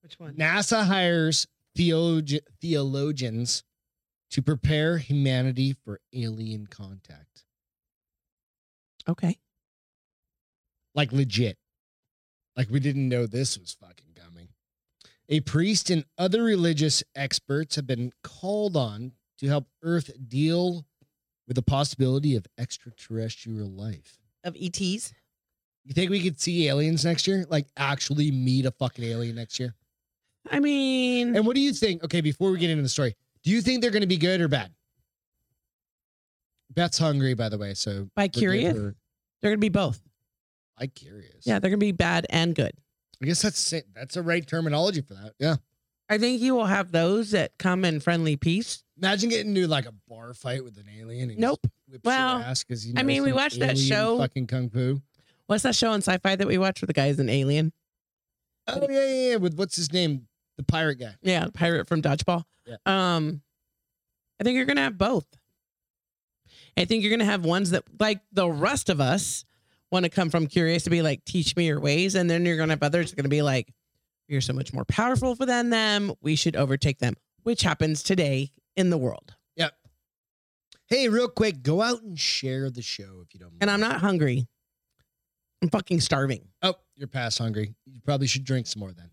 Which one?
NASA hires theolog- theologians to prepare humanity for alien contact.
Okay.
Like legit. Like we didn't know this was fucking coming. A priest and other religious experts have been called on to help Earth deal with the possibility of extraterrestrial life.
Of E ETs.
You think we could see aliens next year? Like actually meet a fucking alien next year?
I mean,
And what do you think? Okay, before we get into the story, do you think they're going to be good or bad? Beth's hungry, by the way. So
by
forgive
curious,
her.
they're gonna be both.
I curious.
Yeah, they're gonna be bad and good.
I guess that's it. that's a right terminology for that. Yeah.
I think you will have those that come in friendly peace.
Imagine getting into like a bar fight with an alien. And
Nope.
just Whips
Well,
your ass 'cause you
I
know
mean, we
some
watched that
alien
show.
fucking kung fu.
What's that show on sci-fi that we watch where the guy's an alien?
Oh yeah, yeah, yeah. With what's his name, the pirate guy.
Yeah, pirate from dodgeball.
Yeah.
Um, I think you're gonna have both. I think you're gonna have ones that like the rest of us want to come from curious to be like, teach me your ways, and then you're gonna have others that are gonna be like, you're so much more powerful than them. We should overtake them, which happens today in the world.
Yep. Hey, real quick, go out and share the show if you don't.
And I'm
mind.
not hungry. I'm fucking starving.
Oh, you're past hungry. You probably should drink some more then.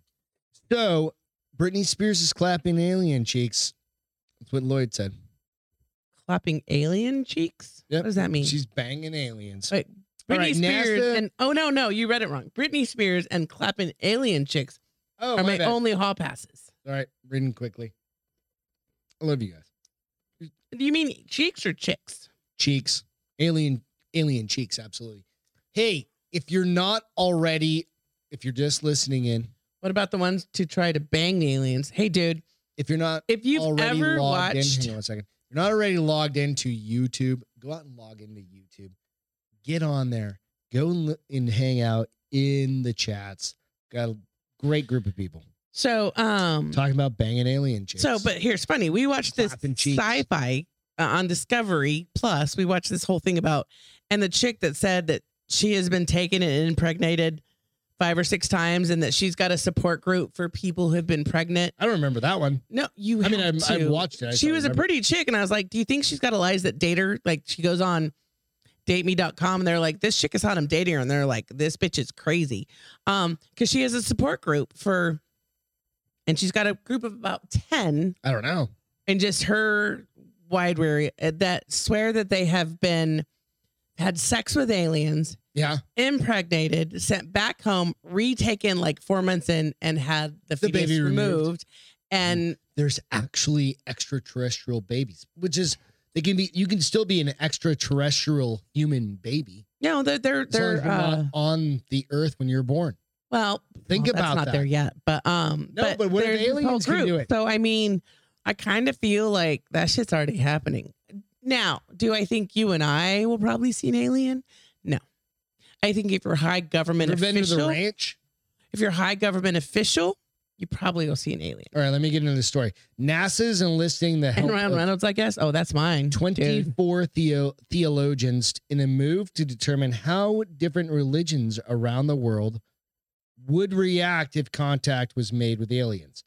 So, Britney Spears is clapping alien cheeks. That's what Lloyd said.
Clapping alien cheeks.
Yep.
What does that mean?
She's banging aliens.
All Britney
All right,
Spears
NASA-
and oh no no you read it wrong. Britney Spears and clapping alien chicks
Oh,
are
my
my
bad.
only hall passes.
All right, reading quickly. I love you guys.
Do you mean cheeks or chicks?
Cheeks, alien, alien cheeks, absolutely. Hey, if you're not already, if you're just listening in,
What about the ones to try to bang the aliens? Hey dude,
if you're not
if you've
already
ever
logged in,
watched,
hang on one second. If you're not already logged into YouTube, go out and log into YouTube. Get on there. Go and, li- and hang out in the chats. Got a great group of people
so um,
talking about banging alien chicks.
so but here's funny. We watched this
Clapping cheeks.
sci-fi uh, on Discovery Plus. We watched this whole thing about and the chick that said that she has been taken and impregnated five or six times, and that she's got a support group for people who have been pregnant.
I don't remember that one.
No, you.
I mean,
have
I, I
to.
watched it. I just
she
don't
was a
remember.
pretty chick and i was like do you think she's got a lies that date her like she goes on dateme.com and they're like this chick is hot i'm dating her and they're like this bitch is crazy um because she has a support group for and she's got a group of about 10
I don't know.
and just her wide weary uh, that swear that they have been had sex with aliens
Yeah,
impregnated, sent back home, retaken like four months in, and had the,
The
fetus
baby removed.
removed. And
there's actually extraterrestrial babies, which is they can be. You can still be an extraterrestrial human baby
you know, they're
as
they're,
long as
they're
you're
uh,
not on the the Earth when you're born.
Well,
Think
well,
about
that's not
that.
there yet, but um,
No, but what if
there's this whole
aliens can do
group.
it?
So I mean, I kind of feel like that shit's already happening. Now, do I think you and I will probably see an alien? No, I think if you're a high government
Revenge of the
official,
Ranch.
if you're a high government official, you probably will see an alien.
All right, let me get into the story. NASA's enlisting the
And
help
Ryan
of
Reynolds, I guess. Oh, that's mine.
24 theo- theologians in a move to determine how different religions around the world would react if contact was made with aliens.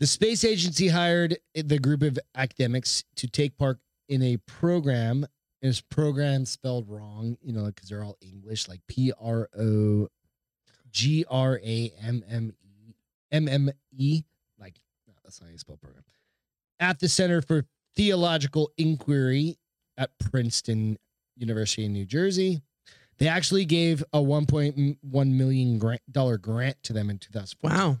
The space agency hired the group of academics to take part in a program and it's program spelled wrong, you know, because they're all English, like P R O G R A M M E M M E. Like no, that's not how you spell program. At the Center for Theological Inquiry at Princeton University in New Jersey, they actually gave a 1.1 million grant, dollar grant to them in 2004.
Wow.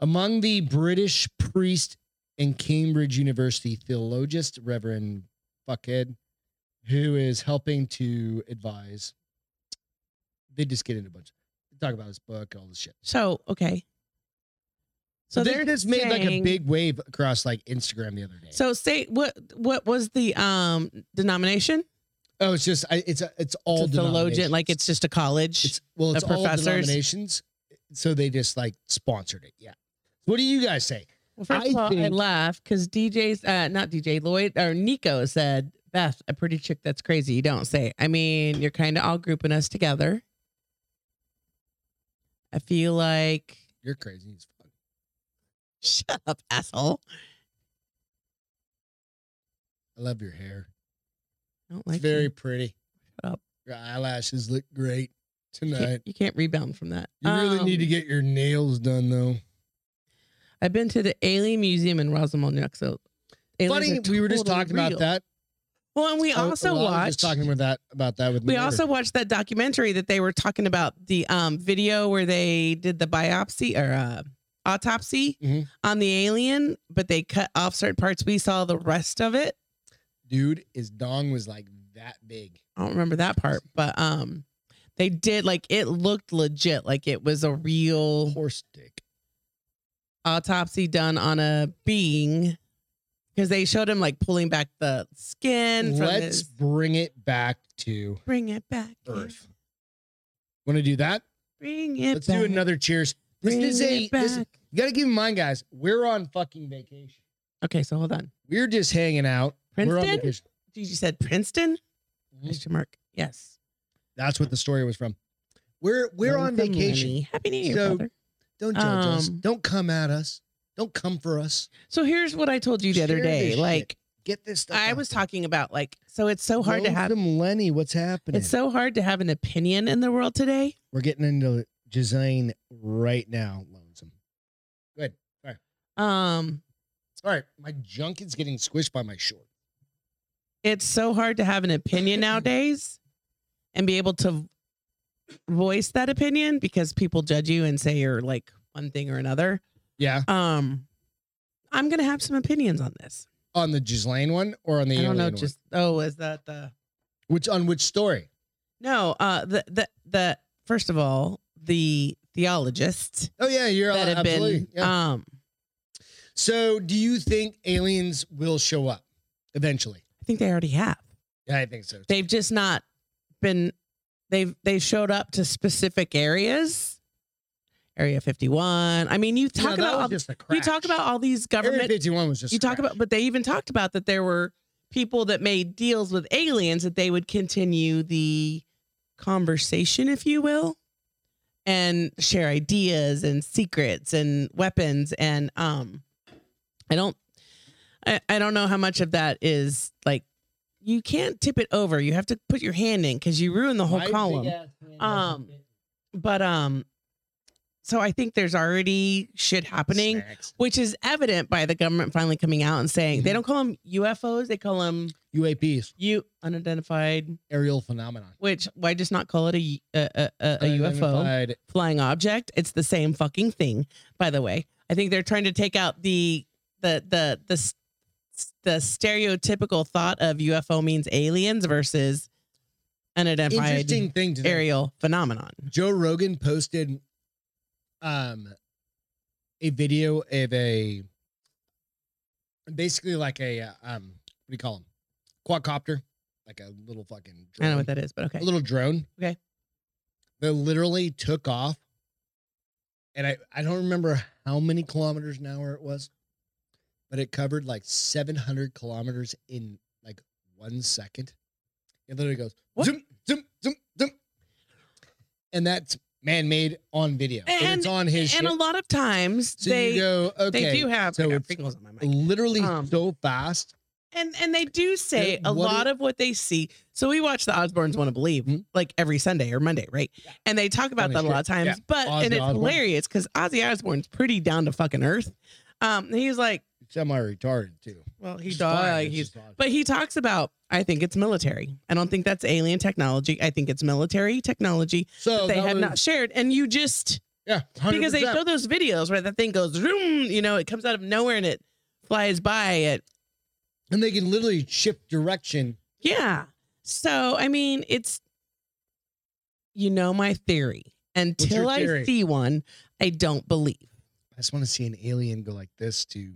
Among the British priest and Cambridge University theologist, Reverend Buckhead, who is helping to advise. They just get into a bunch. Talk about his book, all this shit.
So okay.
So, they
they're
just made like a
saying-
big wave across like Instagram the other day.
So say what what was the um denomination?
oh, it's just I, it's a, it's all
It's a theologian, like
denominations.
it's just a college.
it's well, it's
the
all
professors.
denominations. So they just like sponsored it. Yeah. What do you guys say?
well, first of
I
all, I
think-
laugh because DJ's uh, not DJ Lloyd or Nico said Beth, a pretty chick that's crazy. You don't say. I mean, you're kind of all grouping us together. I feel like
You're crazy as fuck.
shut up, asshole.
I love your hair.
I don't
It's
like
very
you.
pretty.
Shut up.
Your eyelashes look great
You
tonight.
can't, you can't rebound from that.
You really
Um,
need to get your nails done though.
I've been to the Alien Museum in Rosamond, New So
Funny, we were just talking about that.
Well, and we
A- a
also
lot of Just
watched.
talking about that about that with
we
my daughter.
also watched that documentary that they were talking about the um, video where they did the biopsy or uh, autopsy
Mhm.
on the alien, but they cut off certain parts. We saw the rest of it.
dude, his dong was like that big.
I don't remember that part, but um, they did like it looked legit, like it was a real
Horse dick.
autopsy done on a being, because they showed him like pulling back the skin. From
Let's
his,
bring it back to
bring it back. yeah.
Earth. Want to do that?
Bring it.
Let's
back.
do another cheers. This
Bring
is a
it
this,
back.
you got to keep in mind, guys. We're on fucking vacation.
Okay, so hold on.
We're just hanging out. We're on
Princeton?
vacation.
You said Princeton? Question mark. Yes.
That's what the story was from. We're we're
Learn
on
from
vacation.
Lenny. Happy New Year,
So-
brother.
Don't judge us.
Um,
Don't come at us. Don't come for us.
So here's what I told you the other
Share this
day.
shit.
Like
Get this stuff.
I
out
was
there.
talking about like so it's so hard to have
Lonesome Lenny, what's happening?
it's so hard to have an opinion in the world today.
We're getting into design right now, Lonesome.
Um
All right, my junk is getting squished by my short.
it's so hard to have an opinion nowadays and be able to voice that opinion because people judge you and say you're like one thing or another.
Yeah,
Um I'm going to have some opinions on this.
on the Ghislaine one or on the
I don't
alien
know
one?
just oh is that the
which on which story?
No, uh, the the the first of all, the theologists
Oh yeah, you're
that have
absolutely.
been
yeah.
um
so, do you think aliens will show up eventually?
I think they already have.
Yeah, I think so.
They've just not been they've they showed up to specific areas. Area 51. I mean, you
No,
talk
that was
about all,
just a
you talk
crash.
about all these
Area
government
51 was just
you
a
talk
crash.
about but they even talked about that there were people that made deals with aliens that they would continue the conversation if you will and share ideas and secrets and weapons and um i don't i, I don't know how much of that is like you can't tip it over you have to put your hand in because you ruin the whole
My big
column
ass hand
Um,
doesn't fit
but um so i think there's already shit happening
snacks.
which is evident by the government finally coming out and saying they
Mhm.
don't call them UFOs, they call them
UAPs,
U unidentified.
aerial phenomenon.
Which why just not call it a a, a, a, a UFO
Unidentified-
flying object? It's the same fucking thing. By the way, I think they're trying to take out the the the the s- the stereotypical thought of UFO means aliens versus unidentified
Interesting thing today.
aerial phenomenon.
Joe Rogan posted um a video of a basically like a uh, um what do you call them quadcopter like a little fucking
I
drone,
don't know what that is, but okay.
a little drone
Okay.
that literally took off and I I don't remember how many kilometers an hour it was but it covered like 700 kilometers in like one second it literally goes
What?
zoom zoom zoom zoom and that's man-made on video and it's on his
And
shit.
a lot of times
so
they
you go okay
they do have.
so
I got
it's
freckles on my mic.
literally
Um,
so fast
and and they do say
Yeah,
a
what
lot of what they see. So we watch the Osbournes Want to Believe
Mhm.
like every Sunday or Monday, right? And they talk about
Funny
that a
shit.
lot of times,
Yeah.
but
Ozzy
and it's
Osbourne.
hilarious because Ozzy Osbourne's pretty down to fucking earth. Um, and he was like,
Semi retarded too.
well, he
He's
died.
fine,
He's
it's just
but he talks about. I think it's military. I don't think that's alien technology. I think it's military technology
so
that they
Oh, that
have
was-
not shared. And you just
Yeah, 100%.
because they show those videos where the thing goes zoom, you know, it comes out of nowhere and it flies by at
and they can literally shift direction.
Yeah. So, I mean, it's, you know, my theory. Until
your
I
theory?
see one, I don't believe.
I just want to see an alien go like this to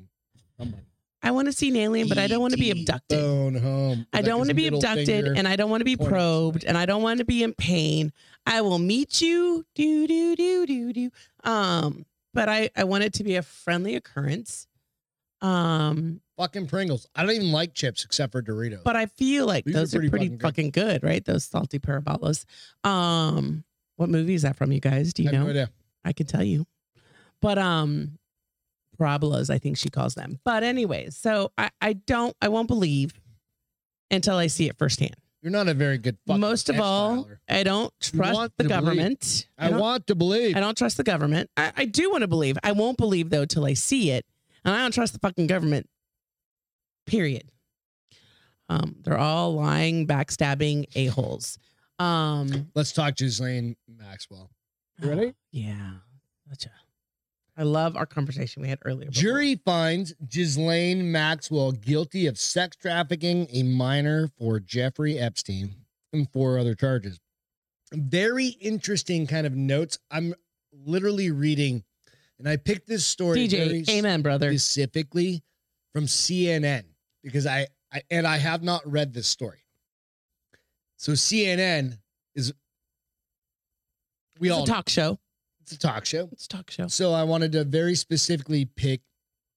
someone.
I want to see an alien, but I don't want to be
E.T.
abducted.
Phone home.
I don't want to be abducted and I don't want to be
pointing this
probed
way.
and I don't want to be in pain. I will meet you. Do, do, do, do, do. Um, but I, I want it to be a friendly occurrence. Um,
fucking Pringles. I don't even like chips except for Doritos.
but I feel like
These are
those are pretty,
pretty
fucking,
fucking
good.
good.
right? Those salty parabolas. Um, what movie is that from, you guys?
I
Do you
have
know?
no idea.
I can tell you. But um parabolas, I think she calls them. But anyways, so I, I don't I won't believe until I see it firsthand.
You're not a very good. Fucking
Most of all,
textiler.
I don't
You
trust
want
the
to believe.
government.
I,
don't,
want to believe.
I don't trust the government. I, I do want to believe. I won't believe though till I see it. And I don't trust the fucking government. Period. Um, they're all lying, backstabbing a-holes. Um
Let's talk Ghislaine Maxwell. You ready?
Yeah. Gotcha. I love our conversation we had earlier. before.
Jury finds Ghislaine Maxwell guilty of sex trafficking a minor for Jeffrey Epstein and four other charges. Very interesting kind of notes. I'm literally reading, and I picked this story very
DJ, amen, brother.
specifically from CNN because I, I and I have not read this story. So CNN is we
It's
all
a
know
talk show.
it's a talk show.
It's a talk show.
So I wanted to very specifically pick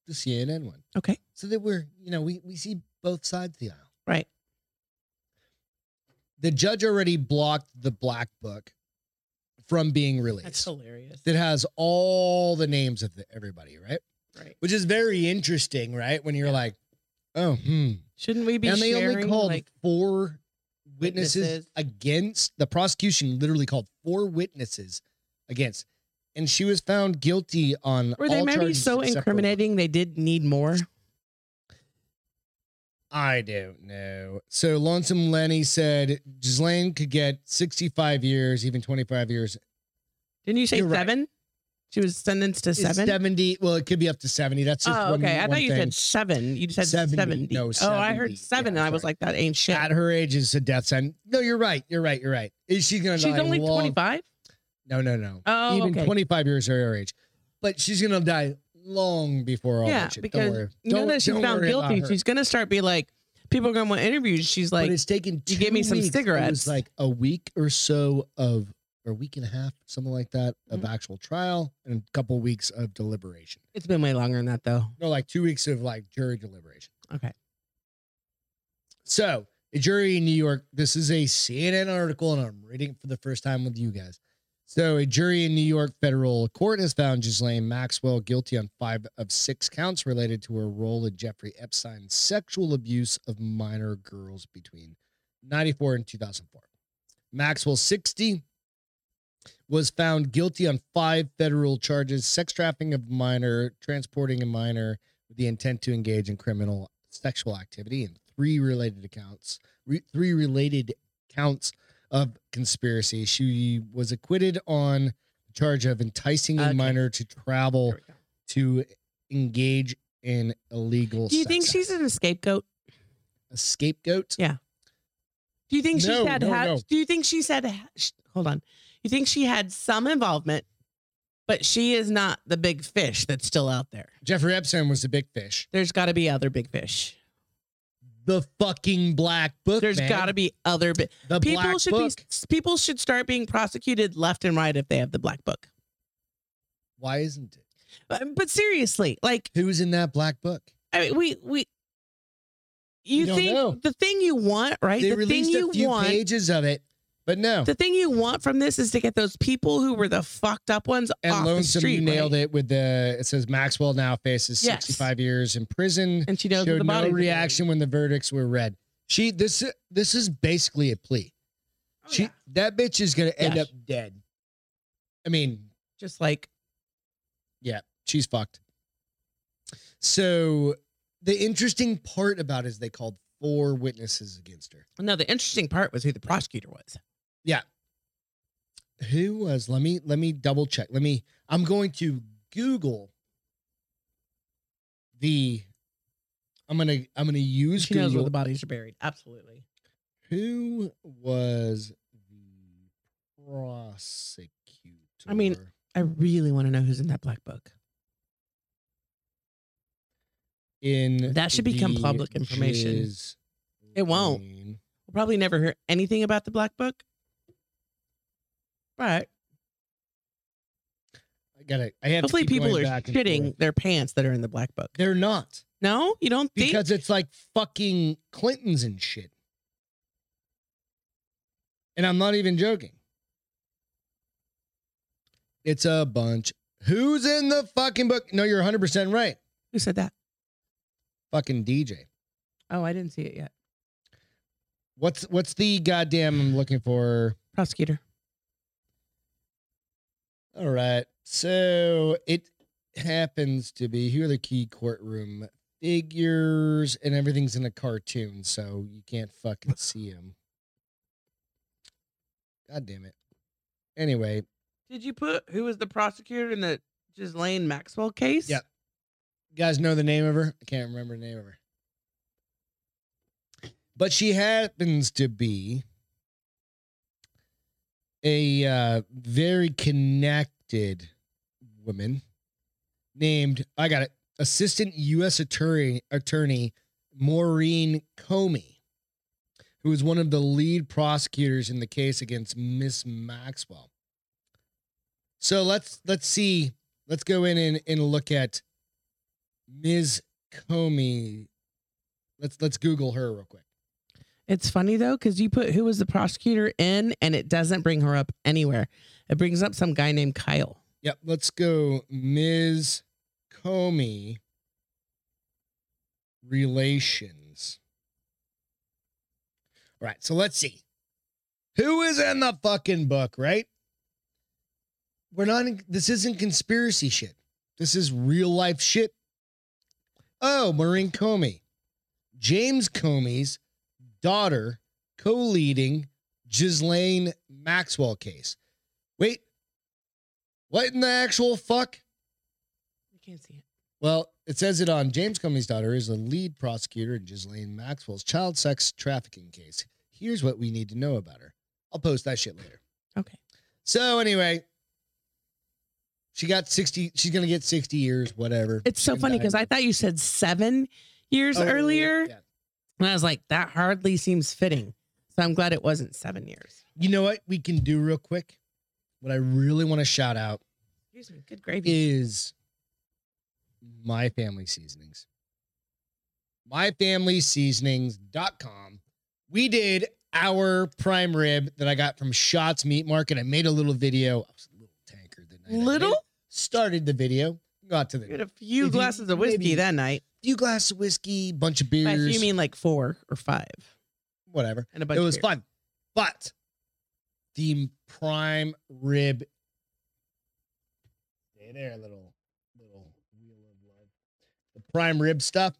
the CNN one.
Okay.
So that we're, you know, we, we see both sides of the aisle.
Right.
The judge already blocked the black book from being
That's
released.
hilarious.
That has all the names of the, everybody, right?
Right.
Which is very interesting, right? When you're
Yeah.
like, oh, hmm.
Shouldn't we be
and they
sharing
only called
like
four witnesses,
witnesses?
against the prosecution literally called four witnesses against and she was found guilty on
were they
all
maybe
charges
so
except for one.
incriminating they did need more?
i don't know so lonesome lenny said Ghislaine could get 65 years even 25 years
Didn't you say
You're right.
seven? She was sentenced to
It's
seven.
70 well it could be up to 70 that's just
Oh,
one.
okay. I
one
thought you
thing.
said seven. You said
70.
70.
No,
oh, I heard
70.
seven,
Yeah,
and I was
sorry.
like, that ain't shit.
at her age is a death sentence no you're right you're right you're right is she gonna
She's
die
only
long-
25?
No, no, no.
Oh,
even
okay.
25 years are her age, but she's gonna die long before all
Yeah,
that shit. don't
because
worry.
You know
Don't-
that she's
don't
found
worry about
guilty.
her.
She's going to start be like, people are going to want interviews. She's
but
like,
it's taken.
you give me
two
some
weeks. It
cigarettes.
was like a week or so of, or a week and a half, something like that, of
Mhm.
actual trial and a couple weeks of deliberation.
it's been way longer than that, though.
No, like two weeks of like jury deliberation.
Okay.
So a jury in New York. This is a CNN article, and I'm reading it for the first time with you guys. So, a jury in New York federal court has found Ghislaine Maxwell guilty on five of six counts related to her role in Jeffrey Epstein's sexual abuse of minor girls between 94 and 2004. Maxwell, 60, was found guilty on five federal charges sex trafficking of minor, transporting a minor with the intent to engage in criminal sexual activity, and three related accounts, re- three related counts of conspiracy. She was acquitted on the charge of enticing a
Okay.
minor to travel
There we go.
to engage in illegal.
Do you
sex
think she's
acts.
in a scapegoat?
a scapegoat?
Do you think
No,
she had?
no,
ha-
no.
Do you think she said? ha- sh- Hold on. You think she had some involvement, but she is not the big fish that's still out there.
Jeffrey Epstein was the big fish.
There's got to be other big fish.
The fucking black book.
There's
man.
got to be other big.
the
People
black
should
book.
be. People should start being prosecuted left and right if they have the black book. Uh,
Why isn't it?
But, but seriously, like
Who's in that black book?
I mean, we we. You
don't
think
know.
the thing you want, right?
They
the thing
released
you
a few
want.
pages of it, But no.
The thing you want from this is to get those people who were the fucked up ones
And
off the
Lonesome,
street.
you nailed
right?
it with the, it says Maxwell now faces
Yes.
65 years in prison.
And she knows that
Showed
the body
no
was there.
reaction when the verdicts were read. She, this, this is basically a plea.
Oh,
she,
yeah.
that bitch is going to end
Yeah.
up dead. I mean,
just like
she's fucked. So the interesting part about it is they called four witnesses against her.
no. The interesting part was who the prosecutor was.
Who was? Let me let me double check. Let me. I'm going to Google the. I'm gonna I'm gonna use
She knows where
Google.
the bodies are buried. Absolutely.
Who was the prosecutor?
I mean, I really want to know who's in that black book.
in
that should become
the
public information.
Giz-
It won't.
Lane.
We'll probably never hear anything about the black book. But
I gotta. I have
hopefully
to keep
people
going
are
back and forth.
shitting their pants that are in the black book.
They're not.
No, you don't think
because it's like fucking Clintons and shit. And I'm not even joking. It's a bunch. Who's in the fucking book? No, you're 100% right.
who said that?
Fucking DJ.
Oh, I didn't see it yet.
What's what's the goddamn I'm looking for?
Prosecutor.
All right. So it happens to be here are the key courtroom figures, and everything's in a cartoon, so you can't fucking see them. God damn it. Anyway,
Did you put who was the prosecutor in the Ghislaine Maxwell case?
Yep. you guys know the name of her? I can't remember the name of her. But she happens to be a uh, very connected woman named, I got it, Assistant U.S. Attorney, attorney Maureen Comey, who was one of the lead prosecutors in the case against Miss Maxwell. So let's let's see, let's go in and, and look at Ms. Comey. Let's let's Google her real quick.
It's funny though, because you put who was the prosecutor in and it doesn't bring her up anywhere. It brings up some guy named Kyle.
Yep, let's go Ms. Comey relations. All right, so let's see. Who is in the fucking book, right? We're not in, this isn't conspiracy shit. This is real life shit. Oh, Maureen Comey. James Comey's daughter co-leading Ghislaine Maxwell case. Wait, what in the actual fuck?
You can't see it.
Well, it says it on James Comey's daughter is the lead prosecutor in Ghislaine Maxwell's child sex trafficking case. Here's what we need to know about her. I'll post that shit later.
Okay.
So anyway, she got 60 she's going to get 60 years whatever.
It's so
She's
funny because I
gonna die.
thought you said seven years
Oh,
earlier.
yeah.
And I was like, that hardly seems fitting. So I'm glad it wasn't seven years.
You know what we can do real quick? What I really want to shout out
Excuse me. Good gravy.
is my family seasonings. Myfamilyseasonings.com. We did our prime rib that I got from Shots Meat Market. I made a little video. I was a little tanker that night. I
Little?
made- started the video. Got to the
You had
a
a few
If you-
glasses of whiskey
maybe-
that night.
few glasses of whiskey, bunch of
By a
beers,
few, you mean like four or five
whatever.
and a bunch
It
of
was
beer.
fun. But the prime rib. Stay there, little little wheel of life. The prime rib stuff,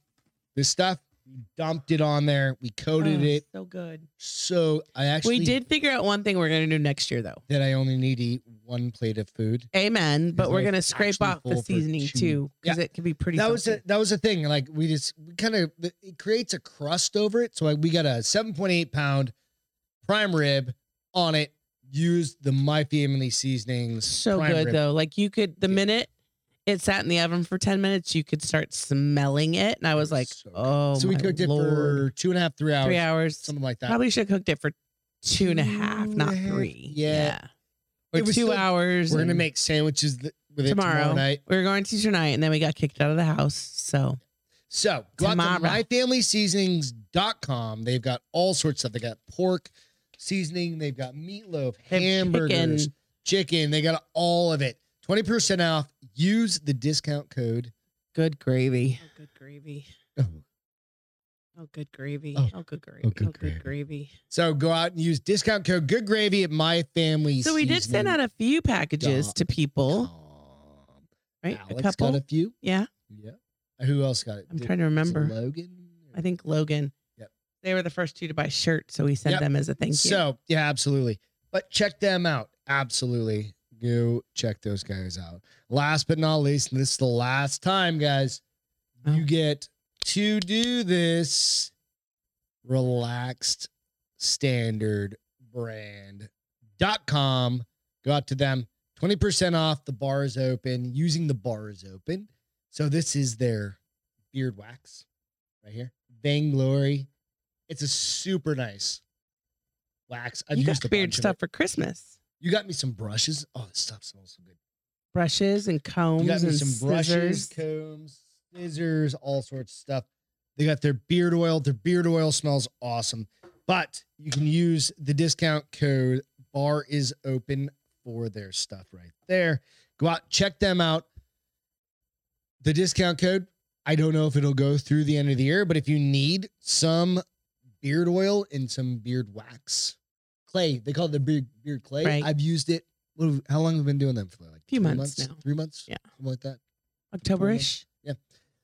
this stuff, we dumped it on there. We coated
Oh,
it.
So good.
So I actually
we did figure out one thing we're going to do next year, though.
that I only need to eat one plate of food.
Amen. But
Because
we're
I
going to
was
scrape
actually
off the
full for
seasoning
two-
too because it can be pretty.
That was a,
salty.
that was a thing. Like we just we kind of it creates a crust over it. So like we got a seven point eight pound prime rib on it. Used the my family seasonings.
so
prime
good
rib
though. Like you could, the
Yeah.
minute it sat in the oven for ten minutes, you could start smelling it, and I was
was
like,
so good.
oh,
so we cooked it for two and a half, three hours,
three hours.
something like that.
Probably should have cooked it for two and a half,
Two
not
and a half,
three.
yeah. It
Or two
was still-
hours.
We're gonna
and
make sandwiches th- with it
tomorrow.
tomorrow night.
We were going to tonight, and then we got kicked out of the house. So
So go out to
Tomorrow.
myfamilyseasonings.com. They've got all sorts of stuff. They got pork, seasoning. They've got meatloaf,
They have
hamburgers,
chicken.
chicken. They got all of it. 20% off. Use the discount code.
Good gravy. Oh, good gravy. Oh, good gravy.
Oh,
Oh, good gravy.
oh, good gravy.
gravy.
So go out and use discount code Good Gravy at My Family.
So we did send out a few packages
Dot
to people, right? a
Alex
couple.
got a few.
yeah.
Yeah. Who else got it?
I'm
Did-
trying to
was it
remember.
Logan.
I think Logan.
Yep.
They were the first two to buy shirts, so we sent
Yep.
them as a thank you.
So yeah, absolutely. But check them out. Absolutely. Go check those guys out. Last but not least, and this is the last time, guys,
Oh.
you get to do this relaxed standard brand.com. Go out to them. 20% off. The bar is open. Using the bar is open. So this is their beard wax right here. Vainglory. It's a super nice wax. I've
you
used
got
a
beard
bunch of
stuff
it.
for Christmas.
You got me some brushes. Oh, this stuff smells so good.
Brushes and combs
You got me
and
some brushes,
scissors.
combs, scissors, all sorts of stuff. They got their beard oil. Their beard oil smells awesome. But you can use the discount code bar is open for their stuff right there. Go out, check them out. The discount code, I don't know if it'll go through the end of the year, but if you need some beard oil and some beard wax, clay, they call it the beard, beard clay.
Right.
I've used it. what have- How long have we been doing them for? Like
Few
three
months now.
Three months?
Yeah.
Something like that.
Octoberish.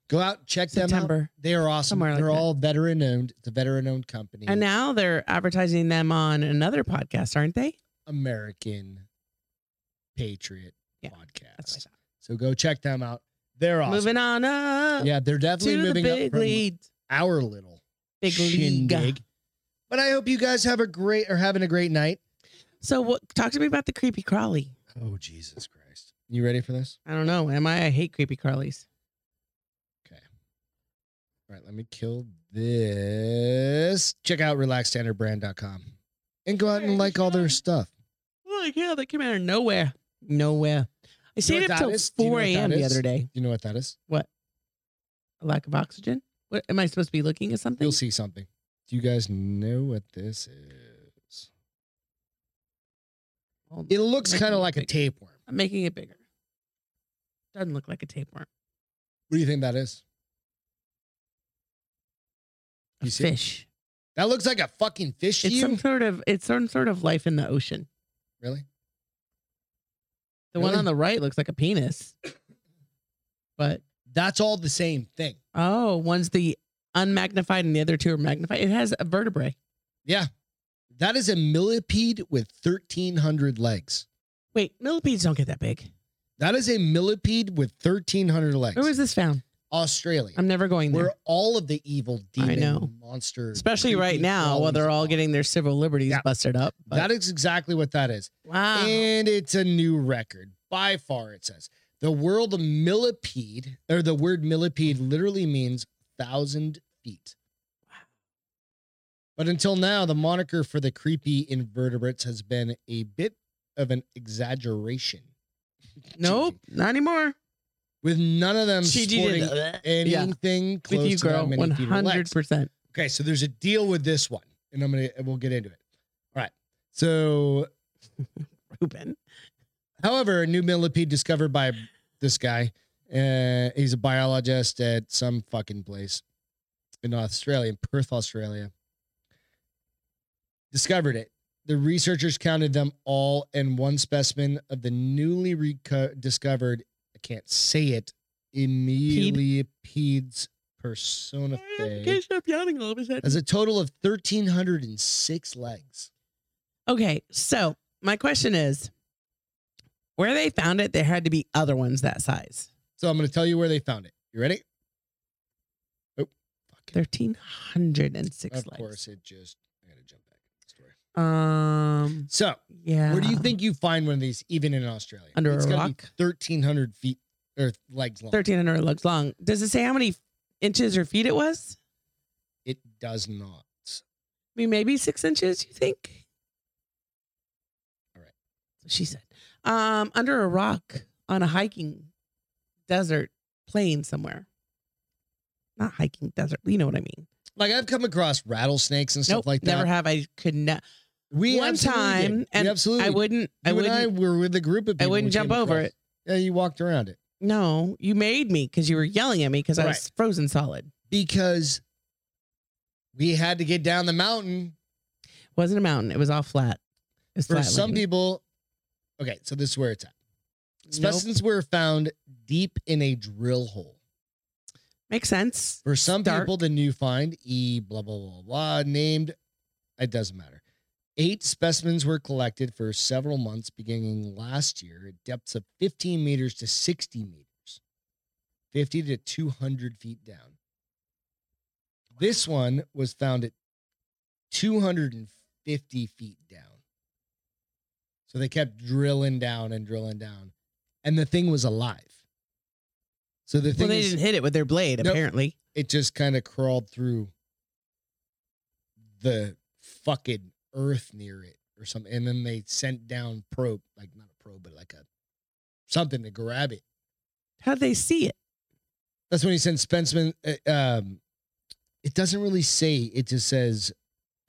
Go out, check them out.
September.
They are awesome.
Somewhere like
They're
that.
all veteran owned. It's a veteran owned company.
And now they're advertising them on another podcast, aren't they?
American Patriot
Yeah,
podcast.
That's what I thought.
So go check them out. They're awesome.
Moving on up
yeah, they're definitely
to the
moving up
big
from
league.
our little
Big league.
shindig. But I hope you guys have a great are having a great night.
So what talk to me about the creepy crawly.
Oh Jesus Christ! You ready for this?
I don't know. Am I? I hate creepy crawlies.
All right, let me kill this. Check out relaxstandardbrand.com and go out and like all their stuff.
Like, yeah, they came out of nowhere. Nowhere. I
know
stayed
what
up
that
till
is? Do you know
4
what
a.m.
that
the
is?
other day.
Do you know what that is?
A lack of oxygen? What am I supposed to be looking at something?
You'll see something. Do you guys know what this is?
Hold
It
on.
looks
Making
kind
it
of like a
big.
tapeworm.
I'm making it bigger. Doesn't look like a tapeworm.
What do you think that is?
A
You see it?
fish.
That looks like a fucking fish to
It's
you.
some sort of it's some sort of life in the ocean.
really?
The one
Really?
on the right looks like a penis. But
That's all the same thing.
oh, one's the unmagnified and the other two are magnified. It has a vertebrae.
Yeah. That is a millipede with 1,300 legs.
Wait, millipedes don't get that big.
That is a millipede with 1,300 legs.
Where was this found?
Australia.
I'm never going there.
where all of the evil demon
know.
monster,
Especially
creepy
right now while
crawlies
they're all
are.
getting their civil liberties
Yeah.
busted up. But,
That is exactly what that is,
wow.
and it's a new record by far. It says the world millipede, or the word millipede, literally means thousand feet. But until now, the moniker for the creepy invertebrates has been a bit of an exaggeration.
nope, not anymore.
With none of them
She
sporting
did it. uh, Yeah.
anything close
With you,
to that
girl,
many
one
feet of legs.
hundred percent.
Okay, so there's a deal with this one, and I'm gonna we'll get into it. All right. So,
Ruben.
however, a new millipede discovered by this guy. Uh, he's a biologist at some fucking place in Australia, in Perth, Australia. Discovered it. The researchers counted them all, and one specimen of the newly reco- discovered, I can't say it, Emilipedes personifae,
Keisha, I'm yawning all of a sudden.
has a total of 1,306 legs.
Okay, so my question is, where they found it, there had to be other ones that size.
So I'm going to tell you where they found it. You ready? Oh, fuck.
Thirteen hundred and six
of
legs.
course, it just. I got to jump back. in the Story.
Um.
So,
Yeah.
where do you think you find one of these, even in Australia?
Uh, Under
It's
a
gotta be
rock?
1,300 feet or legs long.
Thirteen hundred legs long. Does it say how many inches or feet it was?
It does not.
I mean, maybe six inches. You think?
All right.
She said, um, under a rock on a hiking desert plain somewhere. Not hiking desert. You know what I mean.
Like I've come across rattlesnakes and stuff
nope,
like that.
Never have. I could not.
We
one
absolutely did.
time,
We
and
absolutely.
I wouldn't. I
You
wouldn't.
and I were with a group of
I
people.
wouldn't
we
jump
came
over
across.
it.
Yeah, you walked around it
No, you made me because you were yelling at me because I was
Right.
frozen solid.
because we had to get down the mountain
Wasn't a mountain. It was all flat. It was
for
flat
some
land.
people. Okay, so this is where it's at.
Nope.
Specimens were found deep in a drill hole.
Makes sense.
For some
Dark.
people, the new find, E blah, blah, blah, blah, named, it doesn't matter. Eight specimens were collected for several months beginning last year at depths of 15 meters to 60 meters, 50 to 200 feet down. This one was found at 250 feet down. So they kept drilling down and drilling down, and the thing was alive. So the
Well,
thing
they
is,
didn't hit it with their blade.
Nope.
Apparently,
it just kind of crawled through the fucking earth near it or something. And then they sent down probe, like not a probe, but like a something to grab it.
how would they see it?
That's when he sent Spenceman. Uh, um, it doesn't really say. It just says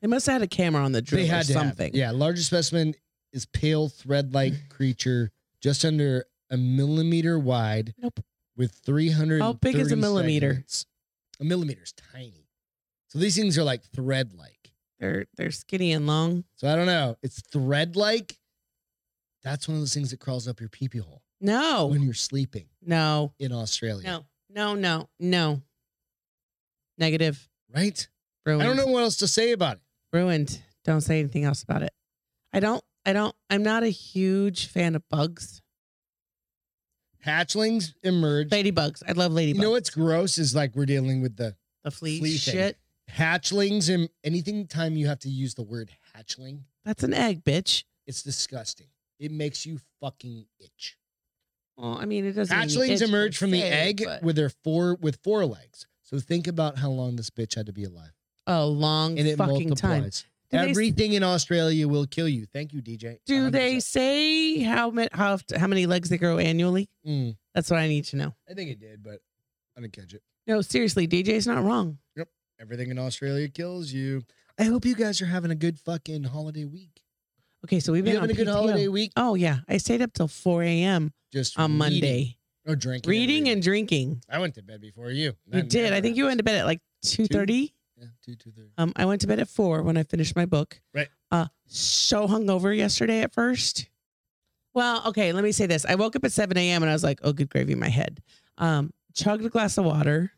They must have had a camera on the drill
they
or
had to have it.
something.
yeah, larger specimen is pale thread-like creature, just under a millimeter wide.
Nope.
With three hundred.
How big is a millimeter?
A millimeter is tiny. So these things are like thread-like.
They're they're skinny and long.
So I don't know. It's thread like. That's one of those things that crawls up your peepee hole
No,
when you're sleeping
no,
in Australia.
no, no, no, no. Negative.
Right?
Ruined.
I don't know what else to say about it.
Ruined. Don't say anything else about it. I don't. I don't. I'm not a huge fan of bugs.
Hatchlings emerge.
Ladybugs. I love ladybugs.
you know what's gross is like we're dealing with the
The flea,
flea thing.
shit.
hatchlings and anything time you have to use the word hatchling,
That's an egg, bitch.
it's disgusting. It makes you fucking itch.
Well, I mean, it doesn't. make me
Hatchlings
itch per
emerge from the
se,
egg
but-
with their four with four legs. So think about how long this bitch had to be alive.
a long
And it
fucking time.
multiplies.
Do they s-
Everything in Australia will kill you. Thank you, DJ.
Do
100%.
they say how many how oft- how many legs they grow annually?
Mm,
That's what I need to know.
I think it did, but I didn't catch it.
No, seriously, DJ's not wrong.
Everything in Australia kills you. I hope you guys are having a good fucking holiday week.
Okay, so we've
You
been on
having a good
PTO.
holiday week?
Oh yeah, I stayed up till 4 a.m.
Just reading-
on Monday,
Oh, drinking.
reading and drinking.
I went to bed before you.
You
That
did.
never
I think you went to bed at like 2:30.
happens. Yeah, two, two, three.
Um, I went to bed at four when I finished my book.
Right.
Uh, so hungover yesterday at first. Well, okay, let me say this. I woke up at 7 a.m. and I was like, oh, good gravy, my head. Um, chugged a glass of water.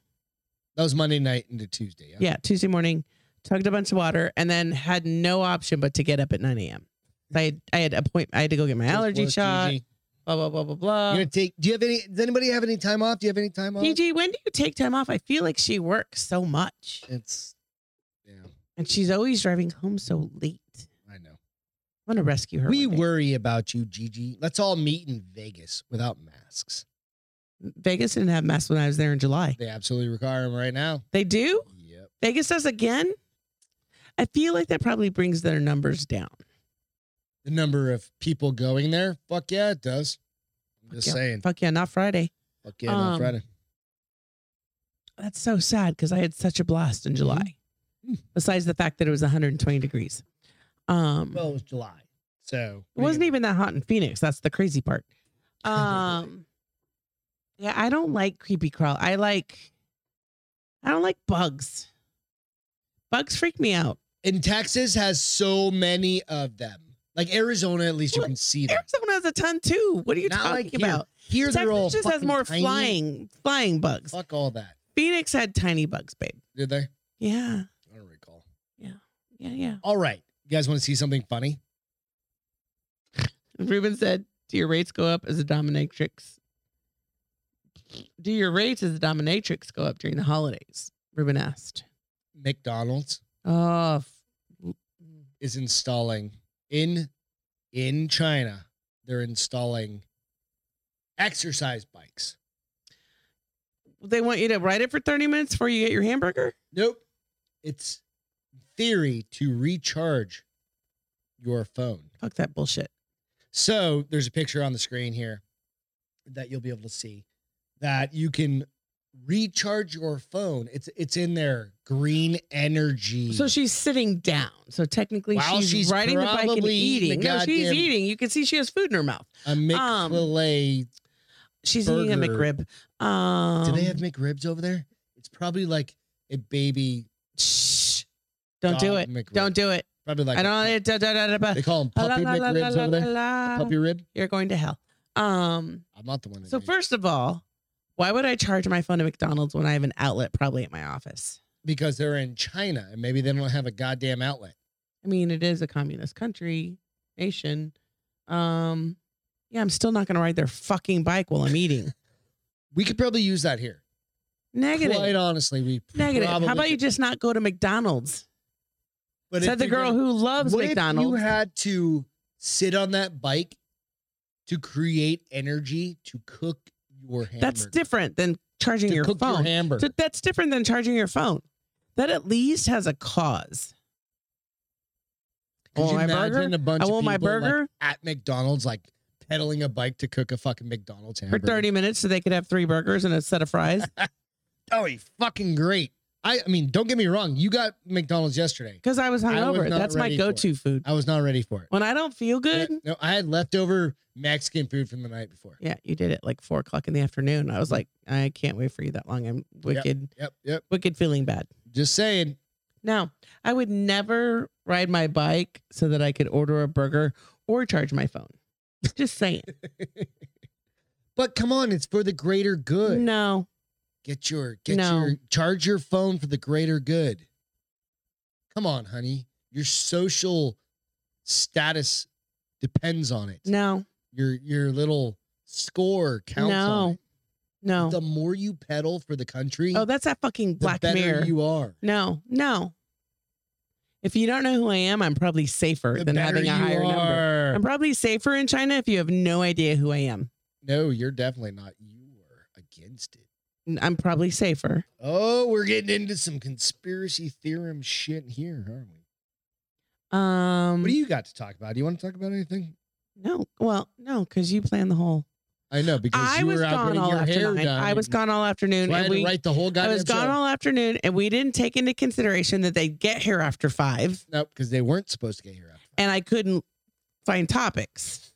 That was Monday night into Tuesday.
Yeah, Tuesday morning, chugged a bunch of water and then had no option but to get up at 9 a.m. I had, I had a point. I had to go get my
Just
allergy
work,
shot,
GG.
blah, blah, blah, blah,
You
blah.
gonna take? Do you have any? Does anybody have any time off? Do you have any time off?
DG, when do you take time off? I feel like she works so much
It's. Yeah,
and she's always driving home so late.
I know.
I want to rescue her.
We
one day.
worry about you, Gigi. Let's all meet in Vegas without masks.
Vegas didn't have masks when I was there in July.
They absolutely require them right now.
They do?
Yep.
Vegas does again? I feel like that probably brings their numbers down.
The number of people going there, fuck yeah, it does. I'm just
yeah.
saying.
Fuck yeah, not Friday.
Fuck yeah, not
Um,
Friday.
That's so sad because I had such a blast in July.
Mhm.
Besides the fact that it was 120 degrees. Um
Well, it was July. So
it wasn't even that hot in Phoenix. That's the crazy part. Um Yeah, I don't like creepy crawl. I like I don't like bugs. Bugs freak me out.
And Texas has so many of them. Like Arizona, at least you
Well,
can see them.
Arizona has a ton too. What are you
Not
talking
like here.
about?
Here they're all
Texas just has
fucking
more
tiny.
flying flying bugs.
Fuck all that.
Phoenix had tiny bugs, babe.
Did they?
Yeah,
I don't recall.
yeah, yeah.
All right. You guys want to see something funny?
Ruben said, "Do your rates go up as a dominatrix? Do your rates as a dominatrix go up during the holidays?" Ruben asked.
McDonald's
Oh, f-
is installing in in China. They're installing exercise bikes.
they want you to ride it for thirty minutes before you get your hamburger.
Nope. It's theory to recharge your phone.
Fuck that bullshit.
So there's a picture on the screen here that you'll be able to see that you can recharge your phone. It's it's in there. Green energy.
So she's sitting down. So technically,
While
she's,
she's
riding the bike and
probably
eating.
the
No, she's
goddamn-
eating. You can see she has food in her mouth.
a
um,
McFillet.
She's eating a
Burger.
McRib. Um,
Do they have McRibs over there? It's probably like a baby.
Shh. Don't do
dog
it.
McRib.
Don't do it.
Probably like
I
a pup-
don't. Da, da, da, da, da.
They call them
Ah, la,
puppy
la, la,
McRibs
la,
over
la,
there.
la.
Puppy rib.
You're going to hell. Um.
I'm not the one. that
So
made it.
first of all, why would I charge my phone at McDonald's when I have an outlet probably at my office?
because they're in China and maybe they don't have a goddamn outlet.
I mean, it is a communist country, nation. Um. Yeah, I'm still not going to ride their fucking bike while I'm eating.
We could probably use that here.
Negative.
Quite honestly, we
Negative.
Probably
How about you
could.
just not go to McDonald's?
But
Said
if
the
you're
girl
gonna-
who loves
what
McDonald's.
If you had to sit on that bike to create energy to cook your hamburger.
That's different than charging
To
your
cook
phone.
your hamburger.
So that's different than charging your phone. That at least has a cause.
Could
want
you
"Oh, my
imagine
burger?
a bunch
I
of
want my
people, like,
burger
at McDonald's, like pedaling a bike to cook a fucking McDonald's
for
hamburger
30 minutes so they could have three burgers and a set of fries.
Oh, he fucking great. I, I mean, don't get me wrong. You got McDonald's yesterday.
Because I was
I was
hungover.
not
that's my
ready for
go
it.
to food.
I was not ready for it.
When I don't feel good,
No, I had leftover Mexican food from the night before.
yeah, you did it like four o'clock in the afternoon. I was like, I can't wait for you that long. I'm wicked,
Yep, yep.
wicked feeling bad.
Just saying.
Now, I would never ride my bike so that I could order a burger or charge my phone. Just saying.
But come on, it's for the greater good.
No,
Get your get
No.
your charge your phone for the greater good. Come on, honey. Your social status depends on it.
no,
Your your little score counts on
No.
it.
no.
The more you pedal for the country,
Oh, that's that fucking
the
Black
better
Mirror.
you are.
no, no. If you don't know who I am, I'm probably safer
The
than
better
having a
you
higher number.
are.
I'm probably safer in China if you have no idea who I am.
No, you're definitely not. You were against it.
N- I'm probably safer.
Oh, we're getting into some conspiracy theorem shit here, aren't we?
Um,
What
Mm.
do you got to talk about? Do you want to talk about anything?
no, well, no, because you planned the whole.
I know because
I
you
was
were out
gone
getting
all
your hair
afternoon.
done.
I was
and
gone all afternoon,
Trying
and we
to write the whole
I
goddamn
was gone
show.
all afternoon, and we didn't take into consideration that they'd get here after five,
no, because they weren't supposed to get here. After.
and I couldn't find topics.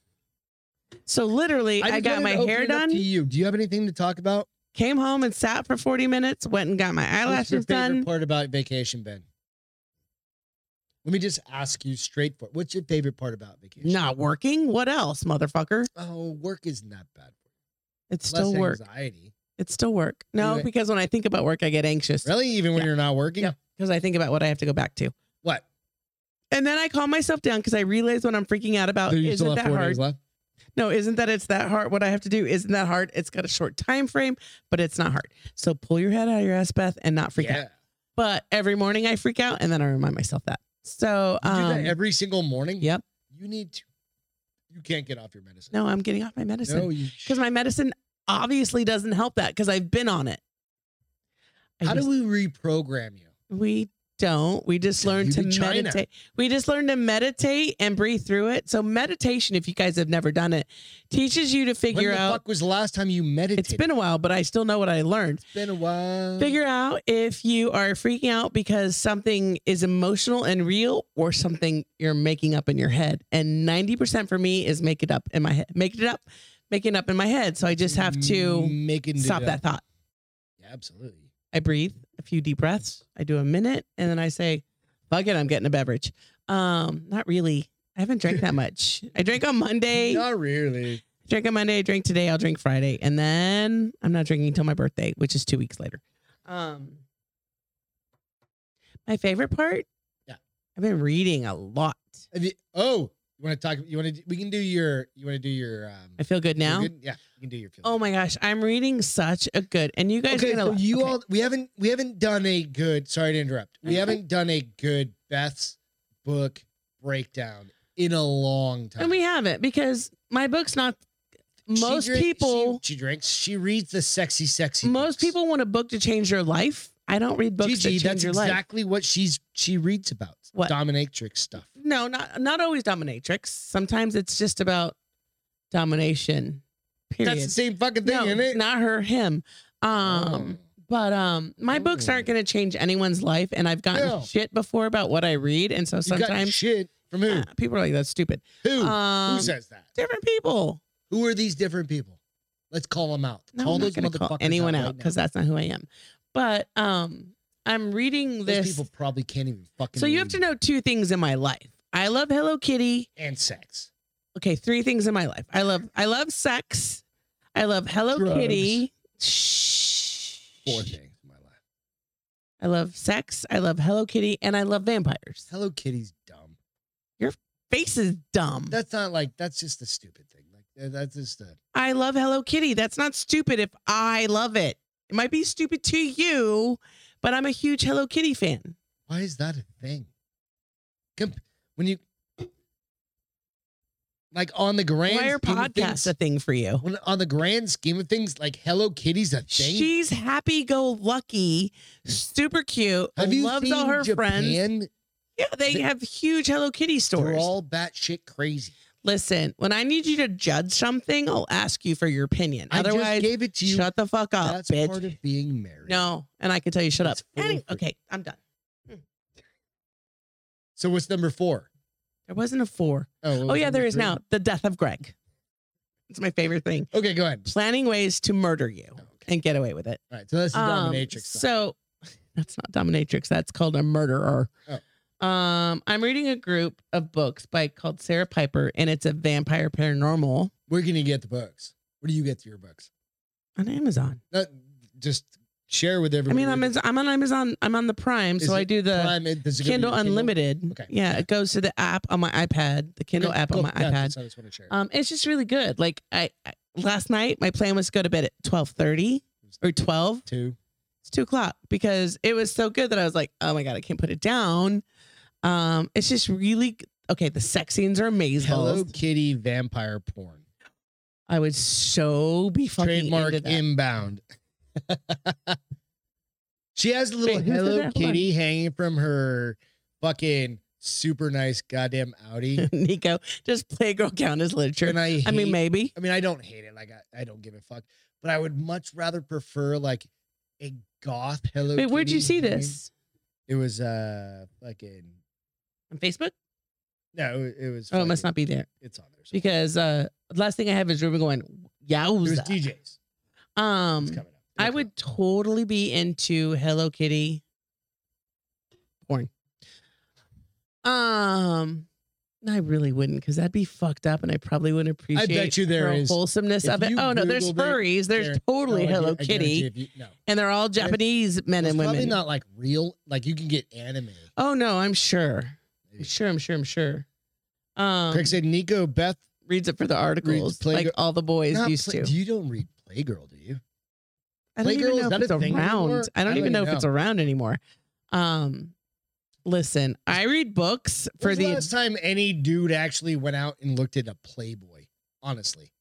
So literally, I,
just
got
wanted
my
to open
hair
it up
done,
To you, do you have anything to talk about?
came home and sat for forty minutes, went and got my
What's your
eyelashes
favorite
done.
part about vacation, Ben? Let me just ask you straight for What's your favorite part about vacation?
Not working. What else, motherfucker?
Oh, work isn't that bad.
It's
Less
still work.
anxiety.
It's still work. No,
Anyway.
because when I think about work, I get anxious
Really, even when
Yeah.
you're not working.
Yep. because I think about what I have to go back to,
What?
and then I calm myself down because I realize what I'm freaking out about
So you still
Oh, isn't
have
that
four
hard.
days left.
No, isn't that it's that hard? What I have to do isn't that hard? It's got a short time frame, but it's not hard. So pull your head out of your ass, Beth, and not freak out.
yeah.
But every morning I freak out, and then I remind myself that. So,
You do
um,
that every single morning.
yep.
You need to. You can't get off your medicine.
No, I'm getting off my medicine
No, you.
because my medicine obviously doesn't help that because I've been on it. I
How
just-
do we reprogram you?
We don't. We just
Yeah,
learn
you
to
did China.
meditate. We just learn to meditate and breathe through it. So meditation, if you guys have never done it, teaches you to
When
figure
the
out.
fuck was the last time you Mm. meditated?
It's been a while, but I still know what I learned.
It's been a while.
Figure out if you are freaking out because something is emotional and real or something you're making up in your head. And 90% for me is make it up in my head. Make it up, making up in my head. So I just have to
make it
stop that thought.
Yeah, absolutely.
I breathe a few deep breaths. I do a minute and then I say, fuck it, I'm getting a beverage. Um, not really. I haven't drank that much. I drank on Monday.
Not really.
Drink on Monday, drink today, I'll drink Friday. And then I'm not drinking until my birthday, which is two weeks later. Um my favorite part?
Yeah.
I've been reading a lot.
Have you- oh, you want to talk? You want to? We can do your. You want to do your. Um,
I feel good
your
now.
good- yeah, you can do your. Feeling.
Oh my gosh. I'm reading such a good and you guys
Okay,
are gonna
so
laugh.
you
Okay. Mm-hmm.
all we haven't we haven't done a good. Sorry to interrupt. We
Okay.
haven't done a good Beth's book breakdown in a long time.
and we haven't because my book's not
She
most
drink- she-
people
she, drinks. She reads the sexy, sexy.
most
books.
people want a book to change their life. I don't read books that
Gigi,
change
that's
your life.
exactly what she's she reads about.
What?
dominatrix stuff?
no, not not always dominatrix. Sometimes it's just about domination. Period.
That's the same fucking thing,
no,
isn't it?
Not her, him. Um,
Oh.
But um, my books aren't going to change anyone's life, and I've gotten
No.
shit before about what I read, and so
You got
sometimes
shit from who?
Ah, people are like, "That's stupid."
Who?
Um,
who says that?
different people.
Who are these different people? Let's call them out.
No,
call
I'm not
those
going to call
motherfuckers
anyone out
right
because
now.
that's not who I am. But um, I'm reading
those
this.
people probably can't even fucking.
So you have
read
to know two things in my life. I love Hello Kitty.
And sex.
Okay, three things in my life. I love I love sex. I love Hello
Drugs.
Kitty. Shh.
Four things in my life.
I love sex. I love Hello Kitty, and I love vampires.
Hello Kitty's dumb.
Face is dumb.
That's not like that's just a stupid thing. Like uh, that's just a
I love Hello Kitty. That's not stupid if I love it. It might be stupid to you, but I'm a huge Hello Kitty fan.
why is that a thing? Comp- when you like on the grand
Why are
scheme of
podcasts
things-
a thing for you?
when, on the grand scheme of things, like Hello Kitty's a thing.
She's happy go lucky, super cute,
Have you
loves
seen
all her friends.
Japan?
Yeah, they
They-
have huge Hello Kitty
They're
stores.
all batshit crazy.
Listen, when I need you to judge something, I'll ask you for your opinion.
I just
Otherwise,
gave it to you.
shut the fuck up,
That's
bitch.
part of being married.
no, and I can tell you, shut up.
That's
Any-
foolery.
okay, I'm done.
So what's number four?
There wasn't a four.
what
Oh
was
yeah,
number
there is
three?
now. The death of Greg. It's my favorite thing.
Okay, go ahead.
Planning ways to murder you
Oh, okay.
and get away with it.
All right, so that's the
Um,
dominatrix. side.
So that's not dominatrix. That's called a murderer.
Oh.
Um, I'm reading a group of books by called Sarah Piper, and it's a vampire paranormal
Where can you get the books? Where do you get your books?
on Amazon.
Not, just share with
I
everyone.
mean, I'm
in
I'm on Amazon. I'm on the Prime,
Is
so I
it
do the
Prime, it- does it go to
Kindle
your
Unlimited.
Okay.
Yeah, it goes to the app on my iPad, the Kindle
Okay,
app
cool.
on my
Yeah,
iPad.
that's- I just want to share.
Um, it's just really good. Like I, I last night, my plan was to go to bed at twelve thirty or twelve.
Two.
It's two o'clock because it was so good that I was like, oh my god, I can't put it down. Um, it's just really g- okay. The sex scenes are amazing.
Hello Kitty vampire porn.
I would so be fucking
Trademark
into that.
inbound. she has a little
Wait, who said that?
Hello
Hold on.
Kitty hanging from her fucking super nice goddamn Audi.
Nico, just Playgirl count as literature.
and I,
I mean,
hate-
maybe.
I mean, I don't hate it. Like, I, I don't give a fuck. But I would much rather prefer like a goth Hello.
Wait, where'd you
Kitty
see
hanging-
this?
It was uh fucking
On Facebook?
no, it, it was.
Oh, it must
fucking-
not be there
It's on there. somewhere.
because uh, last thing I have is Ruben going
it was
yowza.
DJs.
Um,
It's coming up.
I
Look it
would
up.
totally be into Hello Kitty porn. Um, I really wouldn't because that'd be fucked up, and I probably wouldn't appreciate.
you there
the
is.
wholesomeness
If
of it.
you
Oh no, there's
Googled it,
furries. There's
there-
totally
No, I gu-
Hello
I guarantee
Kitty,
if you- no,
and they're all Japanese men
It's
and
probably
women.
not like real. Like you can get anime.
oh no, I'm sure. I'm
Maybe.
sure. I'm sure. I'm sure. Um,
Craig said Nico Beth.
reads it for the articles,
Playgirl-
like all the boys
not
used
Play-
to.
You don't read Playgirl, do you?
I don't
Playgirl,
even
is
know
that
if it's
a thing anymore?
around. I don't even know if it's
know.
around anymore. Um, listen, I read books for
When's the
the.
last time any dude actually went out and looked at a Playboy, honestly.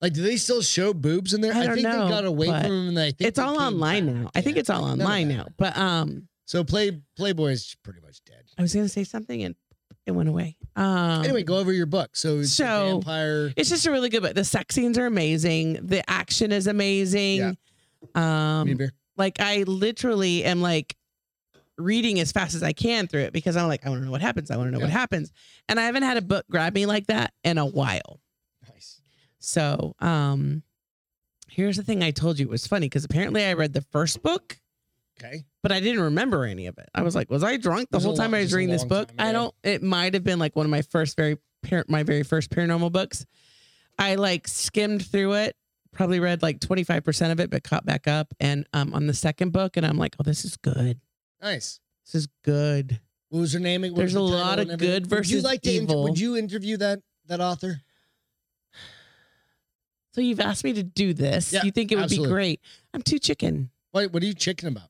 Like, do they still show boobs in there?
I don't
think
know,
they got away from
but
them. And I think
It's
they
all
came
online
back.
now. I think
Yeah,
it's all
like, none of
online
that.
now. But um,
So Play Playboy is pretty much dead.
I was gonna say something and it went away. Um,
anyway, go over your book. So, it's the
so-
vampire.
It's just a really good book. The sex scenes are amazing. The action is amazing.
Need a
Um,
beer?
like I literally am like reading as fast as I can through it because I'm like I want to know what happens. I want to know what
Yeah.
happens. And I haven't had a book grab me like that in a while.
Nice.
So, um, here's the thing I told you it was funny because apparently I read the first book,
Okay.
but I didn't remember any of it. I was like, was I drunk
It
the
was
whole
a
time
lo-
I
it was
was
a
reading this
long
book?
time
I
ago.
don't. It might have been like one of my first very par- my very first paranormal books. I like skimmed through it, probably read like 25% of it, but caught back up and um on the second book, and I'm like, oh, this is good.
Nice.
This is good.
What was her name? What was
There's
the
a
title
lot
and
of
everything?
good
Would you
versus
like to? Inter-
evil.
would you interview that that author?
So you've asked me to do this.
Yeah,
you think it would
absolutely.
be great? I'm too chicken.
Wait, what are you chicken about?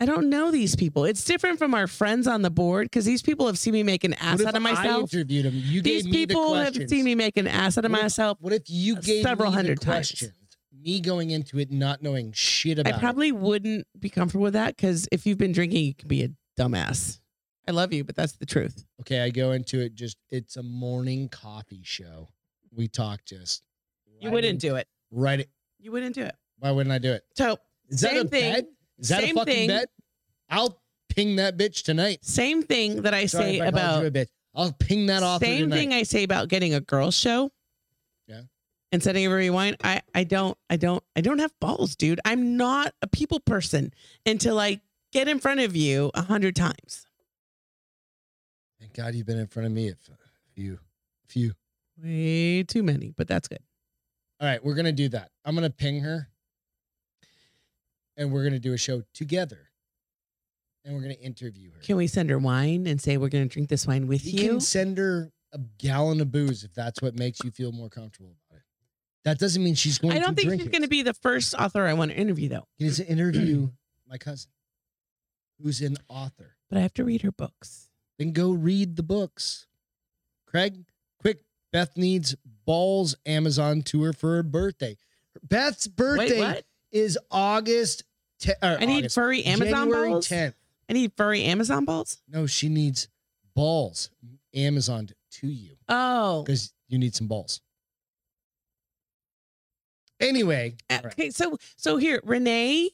I don't know these people. It's different from our friends on the board because these people have seen me make an ass
What if
out of
I
myself.
interviewed him. You
these
gave me the
people have
questions.
seen me make an ass out of
What if-
myself.
What if you gave
Uh, several
me
hundred
the
times.
questions? Me going into it not knowing shit
I
about. it.
probably wouldn't be comfortable with that because if you've been drinking, you can be a dumbass. I love you, but that's the truth.
Okay, I go into it just it's a morning coffee show. We talk just
You wouldn't do it.
right.
You wouldn't do it.
Why wouldn't I do it?
So
Is that
Same
a
thing.
bet? Is that a
Same
fucking
thing.
bet? I'll ping that bitch tonight.
Same thing that I
Sorry
say
if I called
about
you a bitch. I'll ping that off
same
tonight.
thing I say about getting a girl show.
Yeah.
And setting a rewind. I I don't I don't I don't have balls, dude. I'm not a people person until I get in front of you a hundred times.
Thank God you've been in front of me. If few, few.
Way too many, but that's good.
All right, we're gonna do that. I'm gonna ping her, and we're gonna do a show together, and we're gonna interview her.
Can we send her wine and say we're gonna drink this wine with
you
you?
can send her a gallon of booze if that's what makes you feel more comfortable about it. That doesn't mean she's going.
I don't
to
think
drink
she's
it.
going to be the first author I want to interview, though.
It is an interview my cousin, who's an author.
But I have to read her books.
Then go read the books. Craig, quick. Beth needs balls Amazon tour for her birthday. Beth's birthday
Wait, what?
is August. Te- or
I need
August,
furry Amazon
January
balls.
10th.
I need furry Amazon balls.
No, she needs balls Amazon to you
Oh,
because you need some balls. Anyway, all right.
okay. So, so here Renee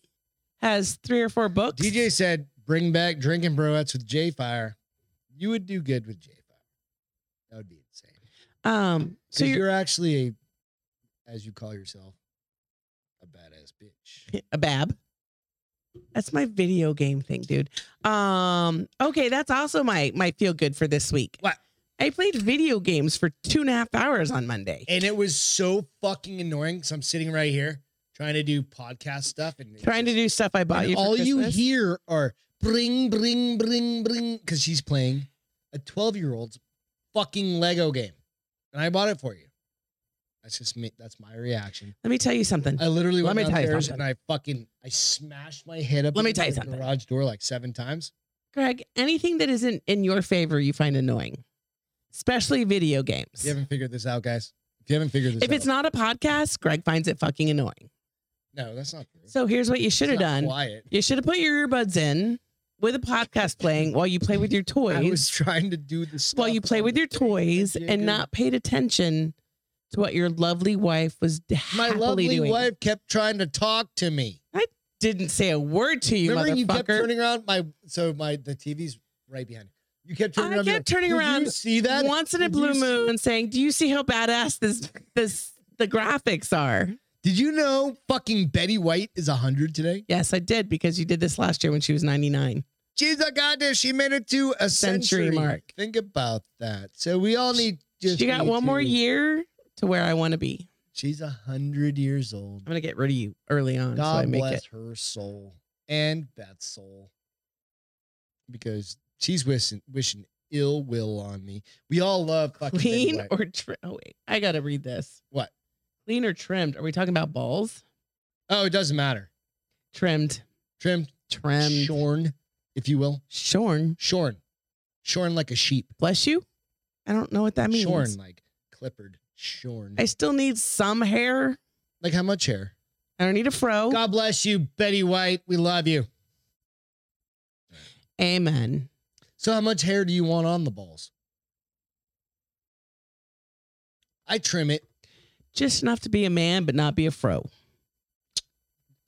has three or four books.
DJ said, bring back drinking broettes with J Fire. You would do good with J Fire. That would be insane.
Um. So
So
you're,
you're actually a, as you call yourself, a badass bitch.
a bab. That's my video game thing, dude. Um. Okay, that's also my my feel good for this week.
What?
I played video games for two and a half hours on Monday.
And it was so fucking annoying because I'm sitting right here trying to do podcast stuff and it's
Trying to
just-
do stuff I bought
and
you. for
all you
Christmas.
hear are bring, bring, bring, bring, because she's playing a 12 year old's fucking Lego game. And I bought it for you. That's just me. That's my reaction.
Let me tell you something.
I literally
Let
went
me tell you
downstairs
something.
and I fucking I smashed my head up.
Let me
against
tell you
the
something.
Garage door like seven times.
Greg, anything that isn't in your favor, you find annoying, especially video
If
games.
you haven't figured this out, guys. If you haven't figured this
if
out,
it's not a podcast, Greg finds it fucking annoying.
no, that's not true.
So here's what you should
It's
have
not
done
Quiet.
you should have put your earbuds in with a podcast playing while you play with your toys,
I was trying to do the
while
stuff
you play
on
with
the
your
thing that
toys,
you
and
do.
not paid attention to what your lovely wife was
My
happily
lovely
doing.
wife kept trying to talk to me.
Didn't say a word to you,
Remember,
motherfucker.
you kept turning around. My so my the TV's right behind. You, you kept turning
I
around. and
kept
being like,
turning
"Did You
around
see that?
Once in a
Did you
blue
see-
moon, saying, "Do you see how badass this this the graphics are?"
Did you know fucking Betty White is hundred today?
Yes, I did because you did this last year when she was 99.
She's a goddess. She made it to a century,
Century mark.
Think about that. So we all need. Just
she got
need
one more
to-
year to where I want to be.
She's hundred years old.
I'm going to get rid of you early on so I
God
make
bless
it.
her soul and Beth's soul, because she's wishing wishing ill will on me. We all love fucking Betty
Clean
White.
or trim? Oh, wait. I got to read this.
What?
Clean or trimmed? Are we talking about balls?
Oh, it doesn't matter.
Trimmed.
Trimmed,
Trimmed.
shorn, if you will.
Shorn.
Shorn. Shorn like a sheep.
Bless you. I don't know what that means.
Shorn like clippered. Shorn.
I still need some hair.
Like how much hair?
I don't need a fro.
God bless you, Betty White. We love you.
Amen.
So how much hair do you want on the balls? I trim it
Just enough to be a man, but not be a fro.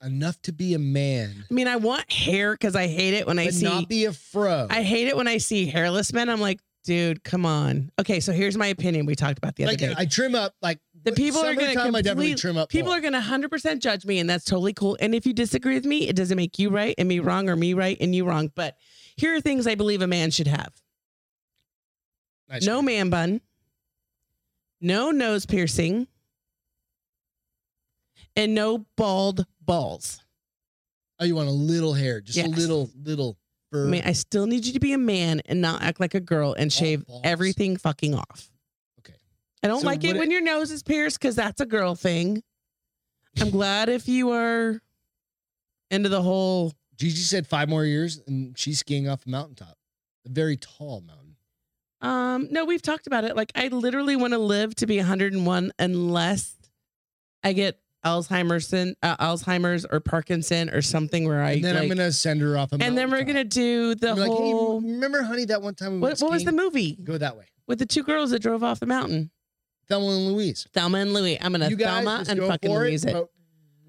enough to be a man,
I mean, I want hair because I hate it when I
but
see
not be a fro.
I hate it when I see hairless men. I'm like, dude, come on. Okay, so here's my opinion. We talked about the other
like
day.
I trim up like
The people are gonna
summertime, I definitely
complete-
trim up.
People
more.
are going to 100% judge me, and that's totally cool. And if you disagree with me, it doesn't make you right and me wrong or me right and you wrong. But here are things I believe a man should have
Nice
no
trim.
man bun, no nose piercing, and no bald balls.
Oh, you want a little hair, just a
Yes.
little little fur.
I mean, I still need you to be a man and not act like a girl and shave
balls.
everything fucking off.
okay.
I don't
So
like
what
it
it-
when your nose is pierced because that's a girl thing. I'm glad if you are into the whole.
Gigi said five more years and she's skiing off a mountaintop, a very tall mountain.
Um, no, we've talked about it. Like, I literally want to live to be 101 unless I get Alzheimer's, and- uh, Alzheimer's or Parkinson or something where I.
and then I'm
like-
gonna send her off a mountain.
And then we're gonna do the
like, hey,
whole.
remember, honey, that one time we
what,
went
what was the
skiing?
movie
Go that way.
with the two girls that drove off the mountain?
Thelma and Louise.
Thelma and Louie. I'm gonna
you guys
Thelma
just
and
go
fucking
for
Louise
it.
it.
but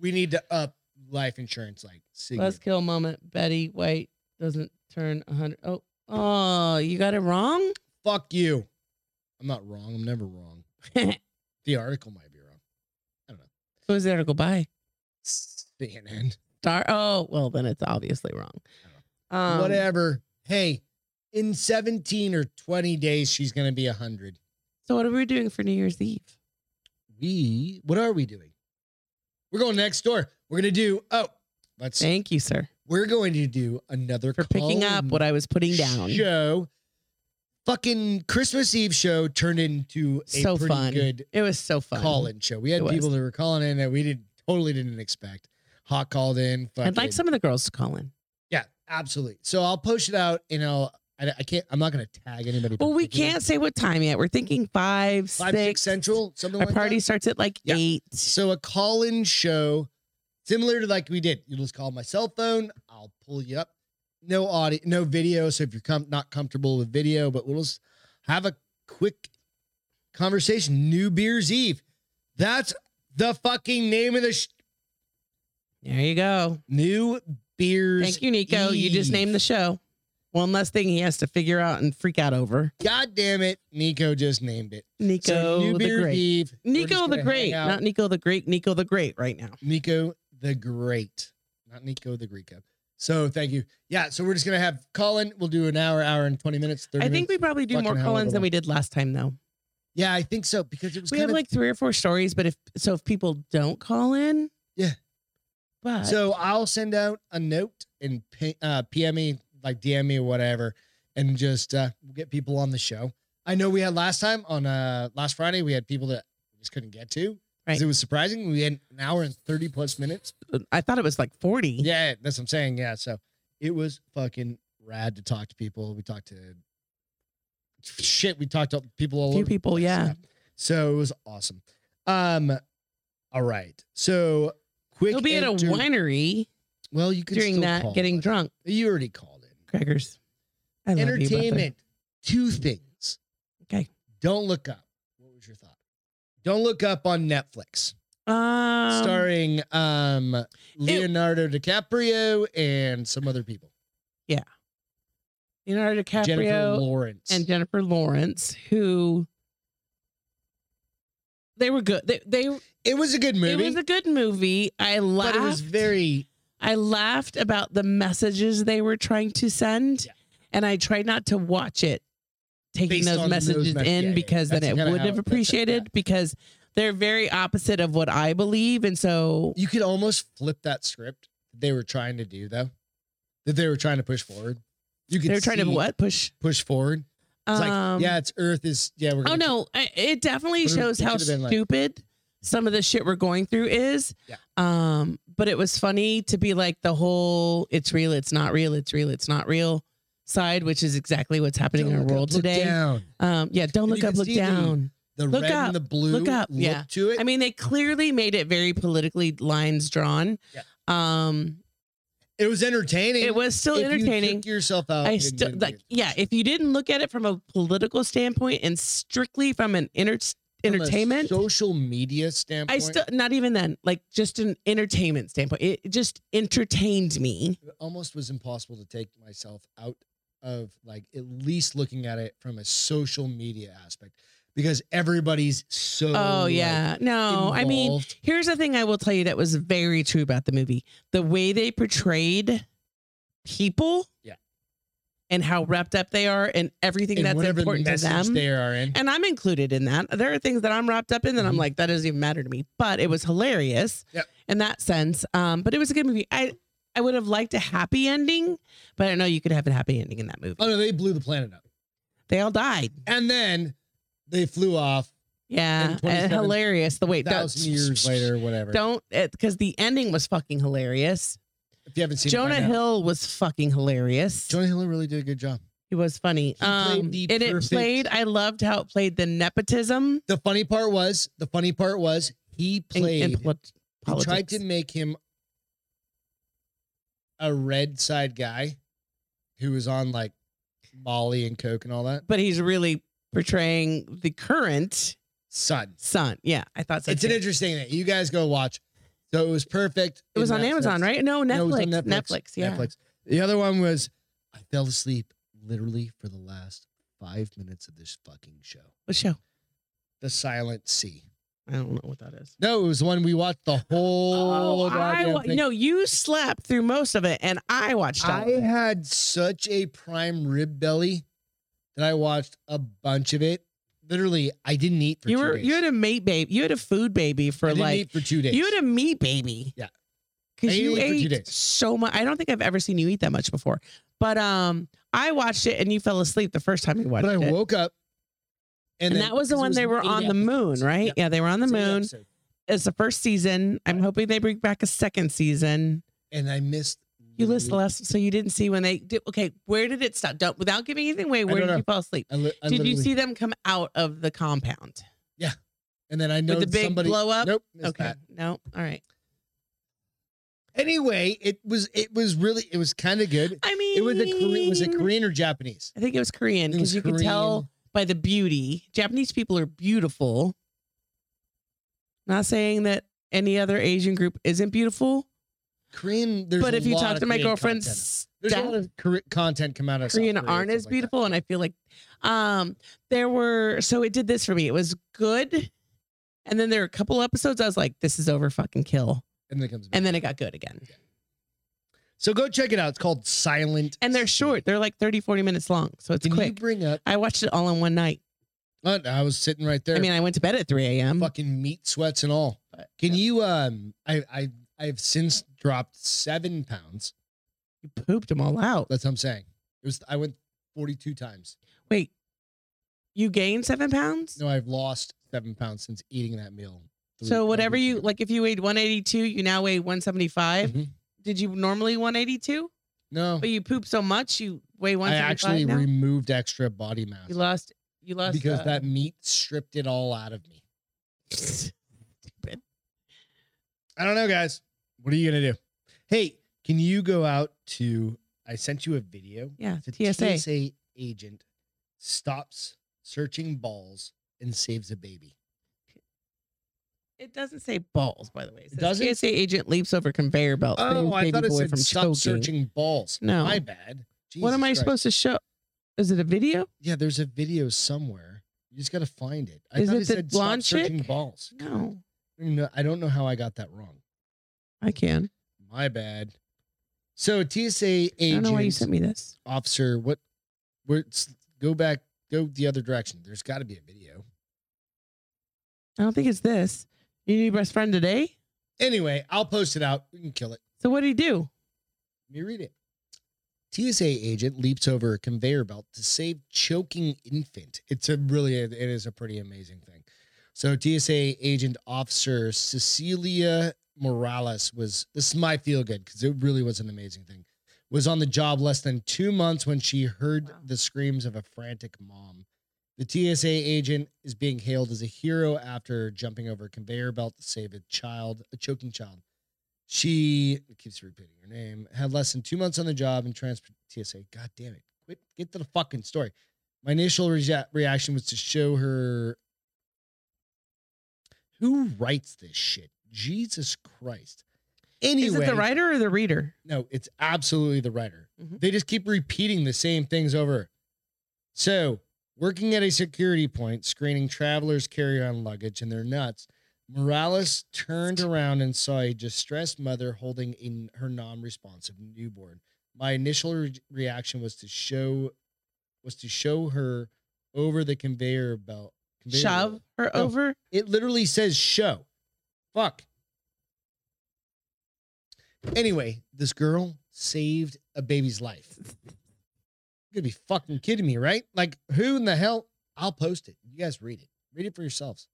We need to up life insurance like
Buzz
significant.
kill moment. Betty White doesn't turn 100. Oh, oh, you got it wrong?
Fuck you. I'm not wrong. I'm never wrong. the article might be wrong.
Who was the article by?
CNN.
Star? Oh, well, then it's obviously wrong. Um,
Whatever. Hey, in 17 or 20 days, she's gonna be 100.
So, what are we doing for New Year's Eve?
We. What are we doing? We're going next door. We're gonna do. Oh, let's.
Thank you, sir,
We're going to do another
for picking up
call-in
what I was putting down.
Show. Fucking Christmas Eve show turned into a
So
pretty
fun.
good
It was so fun.
call in show. We had
It was.
people that were calling in that we did totally didn't expect. Hot called in.
I'd
fucking-
like some of the girls to call in.
Yeah, absolutely. So I'll post it out and I'll. I, I can't. I'm not going to tag anybody.
Well, we
particular.
can't say what time yet. We're thinking five,
Five six
six.
central something
Our
like
party
that.
starts at like
Yeah.
eight.
So a call in show, similar to like we did. You'll just call my cell phone. I'll pull you up. No audio, no video. So if you're com- not comfortable with video, but we'll just have a quick conversation. New Beer's Eve. That's the fucking name of the sh-
There you go.
New Beer's
Thank you, Nico. You just named the
Eve.
show. One less thing he has to figure out and freak out over.
God damn it. Nico just named it.
Nico
So New
the
Beer's
Great.
Eve. we're just
Nico
gonna
the
hang
Great,
out.
not Nico the Great. Nico the Great, right now.
Nico the Great, not Nico the Greco. So thank you. Yeah. So we're just going to have Colin. We'll do an hour, hour and 20 minutes. 30
I think
minutes.
we probably do more
Fucking hell of
call-ins
a
than
lot.
we did last time, though.
Yeah, I think so because it was
We
kind
have
of
like three or four stories, but if so, if people don't call in,
Yeah.
But
So I'll send out a note and p- uh, PM me, like DM me or whatever, and just uh, get people on the show. I know we had last time on uh, last Friday, we had people that we just couldn't get to. 'cause
Right.
It was surprising. We had an hour and 30 plus minutes.
I thought it was like forty.
Yeah, that's what I'm saying. Yeah. So it was fucking rad to talk to people. We talked to shit. We talked to people all
Few
over the
people,
place.
yeah.
So it was awesome. Um, all right. So quick.
He'll be at a
inter-
winery
Well, you could
during
still
that,
call
getting
it.
drunk.
You already called it.
Crackers. I love you, Butler.
Entertainment. Two things.
Okay.
Don't look up. What was your thought? Don't look up on Netflix,
Um,
starring um Leonardo DiCaprio and some other people.
Leonardo DiCaprio
Jennifer Lawrence.
and Jennifer Lawrence, who they were good. They, they
it was a good movie,
it was a good movie. I laughed.
but it was very
I laughed about the messages they were trying to send,
Yeah.
and I tried not to watch it, taking
Based
those
on those
messages
mess-
in
yeah, yeah,
because
that's
then
kinda
it would
how-
have
that's it,
appreciated
yeah.
because they're very opposite of what I believe, and so
you could almost flip that script that they were trying to do though. That they were trying to push forward. You could
they're trying to
see
what push. um,
push forward. It's like, yeah, it's Earth is yeah, we're
Oh
gonna
no, I- it definitely
Would've-
shows
it
how
should've been like-
stupid some of the shit we're going through is.
Yeah.
Um, but it was funny to be like the whole it's real, it's not real, it's real, it's not real side, which is exactly what's happening
Don't
in our
look up,
world
look
today.
down.
Um, yeah, don't
And
look
you
up,
can
look
see the-
down.
The
Look
red
up,
and the blue
look up, yeah.
to it.
I mean, they clearly made it very politically lines drawn.
Yeah.
Um,
it was entertaining.
it was still
If you
entertaining.
took yourself out.
I
and
still
didn't
like,
get-
yeah. If you didn't look at it from a political standpoint and strictly from an enter-
from a
entertainment,
social media standpoint.
I still not even then, like just an entertainment standpoint. It it just entertained me.
it almost was impossible to take myself out of like at least looking at it from a social media aspect because everybody's so
Oh,
like,
yeah. No, I mean,
involved.
here's the thing I will tell you that was very true about the movie. The way they portrayed people
Yeah.
and how wrapped up they are and everything
And
that's
whatever
important to
message
them.
they are in
and I'm included in that. There are things that I'm wrapped up in that I'm
Mhm.
like, that doesn't even matter to me. But it was hilarious
Yep.
in that sense. Um, but it was a good movie. I I would have liked a happy ending, but I know you could have a happy ending in that movie.
oh no they blew the planet up
They all died.
and then they flew off
Yeah,
and
and
27
hilarious. The Oh, wait, don't-
thousand years later whatever
Don't, because the ending was fucking hilarious.
if you haven't seen it,
Jonah
find out.
Hill was fucking hilarious.
Jonah Hill really did a good job
he was funny.
played
um,
the
and it
perfect-
played. I loved how it played the nepotism
the funny part was the funny part was he
and,
played
and pol-
He
politics.
tried to make him a red side guy who was on like Molly and Coke and all that.
but he's really portraying the current
Son.
son. Yeah, I thought so.
It's an
too.
interesting thing. You guys go watch. So it was perfect.
It was
in
on
that
Amazon,
sense.
right? No,
No, it was
Netflix.
on
Netflix. Yeah.
Netflix. The other one was I fell asleep literally for the last five minutes of this fucking show.
What show?
The Silent Sea.
I don't know what that is.
No, it was one we watched the whole.
oh, I
goddamn
wa-
thing.
no, you slept through most of it, and I watched all of
I
it.
had such a prime rib belly that I watched a bunch of it. Literally, I didn't eat for
You
two
were
days.
you had a mate baby. You had a food baby
I
for
didn't
like
eat for two days.
You had a meat baby.
Yeah. I
Because
didn't
you
eat for two
ate
days.
so much. I don't think I've ever seen you eat that much before. But um, I watched it and you fell asleep the first time you watched
but I
it.
woke up,
and
then-
that was the
because it
one they were
eight
on the
episodes.
moon, right?
Yeah.
Yeah, they were on the
It's eight
moon.
episodes.
It's the first season. I'm hoping they bring back a second season.
and I missed.
You list the
literally-
last, so you didn't see when they did. Okay, where did it stop? Don't without giving anything away. Where
don't
did
know.
you fall asleep?
I li- I
Did you
literally-
see them come out of the compound
And then I know
with the big
somebody.
blow up?
Nope. missed
okay,
that.
no, all right.
Anyway, it was it was really it was kind of good.
I mean,
It was a Korean. Was it Korean or Japanese?
I think it was
It
Korean
was
because you could tell
Korean.
by the beauty. Japanese people are beautiful. Not saying that any other Asian group isn't beautiful,
Korean. There's
but
a
if you
lot
talk
of
to my
Korean content.
girlfriend's
there's a
dad,
lot of Kore- content come out of South
Korean
Korea and
aren't
stuff
as
like that.
beautiful, and I feel like um there were so it did this for me. It was good, and then there were a couple episodes I was like, "This is over fucking kill,"
And then it comes. Back.
and then it got good again.
so go check it out. It's called Silent.
And they're
Sea.
short; they're like 30, 40 minutes long, so it's
Can you
quick.
bring up?
I watched it all in one night.
Oh, I was sitting right there.
I mean, I went to bed at three a.m.
fucking meat sweats and all.
But-
Can you? Um, I I I've since dropped seven pounds.
You pooped them all out.
That's what I'm saying. It was I went 42 times.
Wait, you gained seven pounds?
No, I've lost seven pounds since eating that meal. three-
so
a
whatever
week
you
ago.
like, if you weighed 182, you now weigh 175.
Mhm.
Did you normally 182?
No,
But you poop so much, you weigh
Oh. I
175
actually
now.
removed extra body mass
you lost. You lost
because
uh,
that meat stripped it all out of me. I don't know, guys. What are you gonna do? Hey, can you go out to? I sent you a video.
yeah,
The
TSA.
TSA agent stops searching balls and saves a baby.
It doesn't say balls, by the way. It says
doesn't?
TSA agent leaps over conveyor belt.
Oh,
saves baby boy from
stop
choking.
searching balls.
No.
my bad.
What am I
Jesus Christ.
supposed to show? Is it a video?
Yeah, there's a video somewhere. You just gotta find it. I
Is
thought
it
it
the
said
blonde
stop searching
chick?
balls.
No,
No, I don't know how I got that wrong.
I can.
My bad. So TSA
I don't know why you
agent
sent me this.
officer, what? Where? s- Go back. Go the other direction. There's got to be a video.
I don't think it's this. You need best friend today.
Anyway, I'll post it out. We can kill it.
So what did he do?
Let me read it. TSA agent leaps over a conveyor belt to save choking infant. It's a really it is a pretty amazing thing. So TSA agent officer Cecilia Morales was this is my feel good because it really was an amazing thing. Was on the job less than two months when she heard
Wow.
the screams of a frantic mom. The TSA agent is being hailed as a hero after jumping over a conveyor belt to save a child, a choking child. She it keeps repeating her name. Had less than two months on the job and transferred to TSA. God damn it! Quit. Get to the fucking story. My initial rea- reaction was to show her. Who writes this shit? Jesus Christ! Anyway,
Is it the writer or the reader?
no, it's absolutely the writer.
Mhm.
They just keep repeating the same things over. So, working at a security point, screening travelers' carry on luggage and their nuts, Morales turned around and saw a distressed mother holding in her non responsive newborn. My initial re- reaction was to show was to show her over the conveyor belt. Conveyor
Shove
belt.
her
No.
over.
It literally says show. Fuck. Anyway, this girl saved a baby's life. You're gonna be fucking kidding me, right? Like, who in the hell? I'll post it. You guys read it. Read it for yourselves.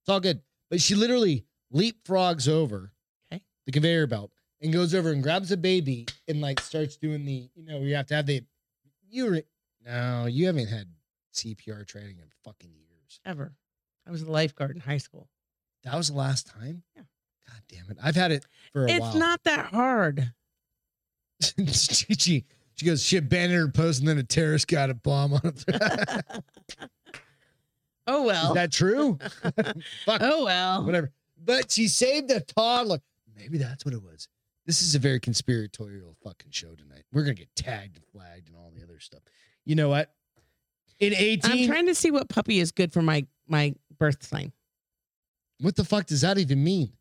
It's all good. But she literally leapfrogs over
Okay.
the conveyor belt and goes over and grabs the baby and like starts doing the, you know, you have to have the, you were, no, you haven't had CPR training in fucking years.
Ever. I was a lifeguard in high school.
That was the last time.
Yeah.
God damn it! I've had it for a
It's
while.
not that hard.
she, she she goes. She abandoned her post, and then a terrorist got a bomb on it. Is
Oh well.
that true? Fuck.
oh well. Oh.
Whatever. But she saved a toddler. Maybe that's what it was. This is a very conspiratorial fucking show tonight. We're gonna get tagged and flagged and all the other stuff. You know what? In
I'm
18,
trying to see what puppy is good for my my birth sign.
what the fuck does that even mean?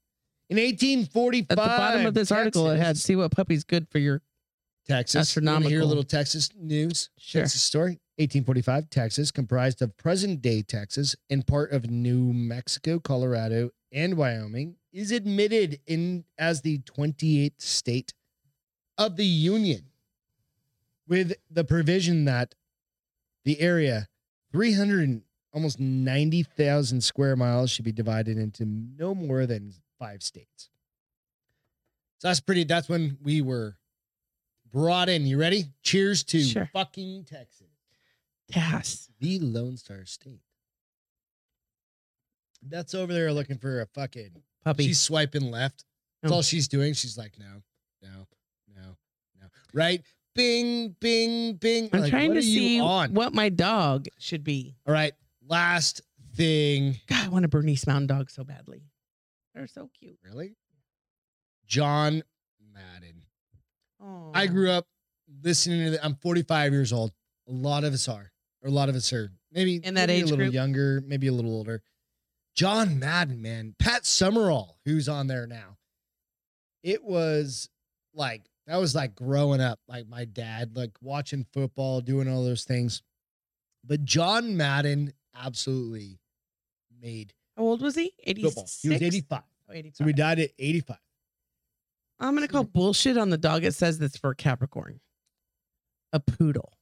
In 1845,
At the bottom of this article, it had
Texas-
see what puppy's good for your
Texas. You wanna Hear a
astronomical.
little Texas news.
sure.
Texas story. 1845, Texas, comprised of present day Texas and part of New Mexico, Colorado, and Wyoming, is admitted in as the 28th state of the Union with the provision that the area, 300 and almost 90,000 square miles, should be divided into no more than five states. So that's pretty, that's when we were brought in. You ready? Cheers to
Sure.
fucking Texas
Yes.
the Lone Star State. That's over there looking for a fucking.
Puppy.
She's swiping left. That's
Oh.
all she's doing. She's like, no, no, no, no. Right? Bing, bing, bing.
I'm
Like,
trying
what
to
are you
see
on.
what my dog should be.
All right. Last thing.
God, I want a Bernese Mountain Dog so badly. They're so cute.
Really? John Madden.
Oh,
I grew up listening to. The, I'm 45 years old. A lot of us are, or a lot of us are maybe
In that
maybe
age
a little
group?
younger, maybe a little older. John Madden, man, Pat Summerall, who's on there now. It was like that was like growing up, like my dad, like watching football, doing all those things. But John Madden absolutely made
How old was he? 86?
football. He was 85,
Oh, 85.
so we died at 85.
I'm going to call bullshit on the dog. It says that's for Capricorn. A poodle.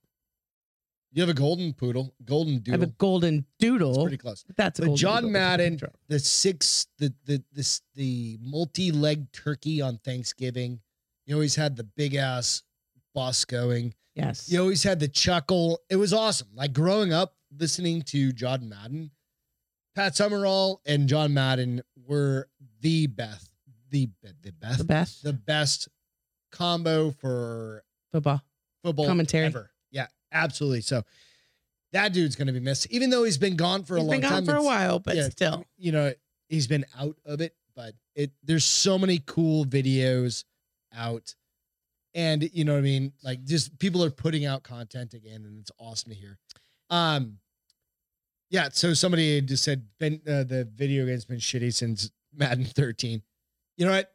You have a golden poodle, golden
I have
doodle.
a golden doodle.
it's pretty close.
but that's a
But
golden
John
doodle.
Madden- the six the the this the multi-leg turkey on Thanksgiving. You always had the big ass boss going.
Yes.
You always had the chuckle. It was awesome. Like growing up listening to John Madden, Pat Summerall and John Madden were the best, the be- the
the
best,
best.
the best combo for
Football.
football
Commentary.
ever. Yeah, absolutely. So that dude's gonna be missed, even though he's been gone for
He's
a long
been gone
time.
for a
it's-
while, but
yeah,
still.
you know, he's been out of it, but it there's so many cool videos out. And you know what I mean? Like just people are putting out content again and it's awesome to hear. Um yeah, so somebody had just said ben, uh, the video game's been shitty since Madden 13. You know what?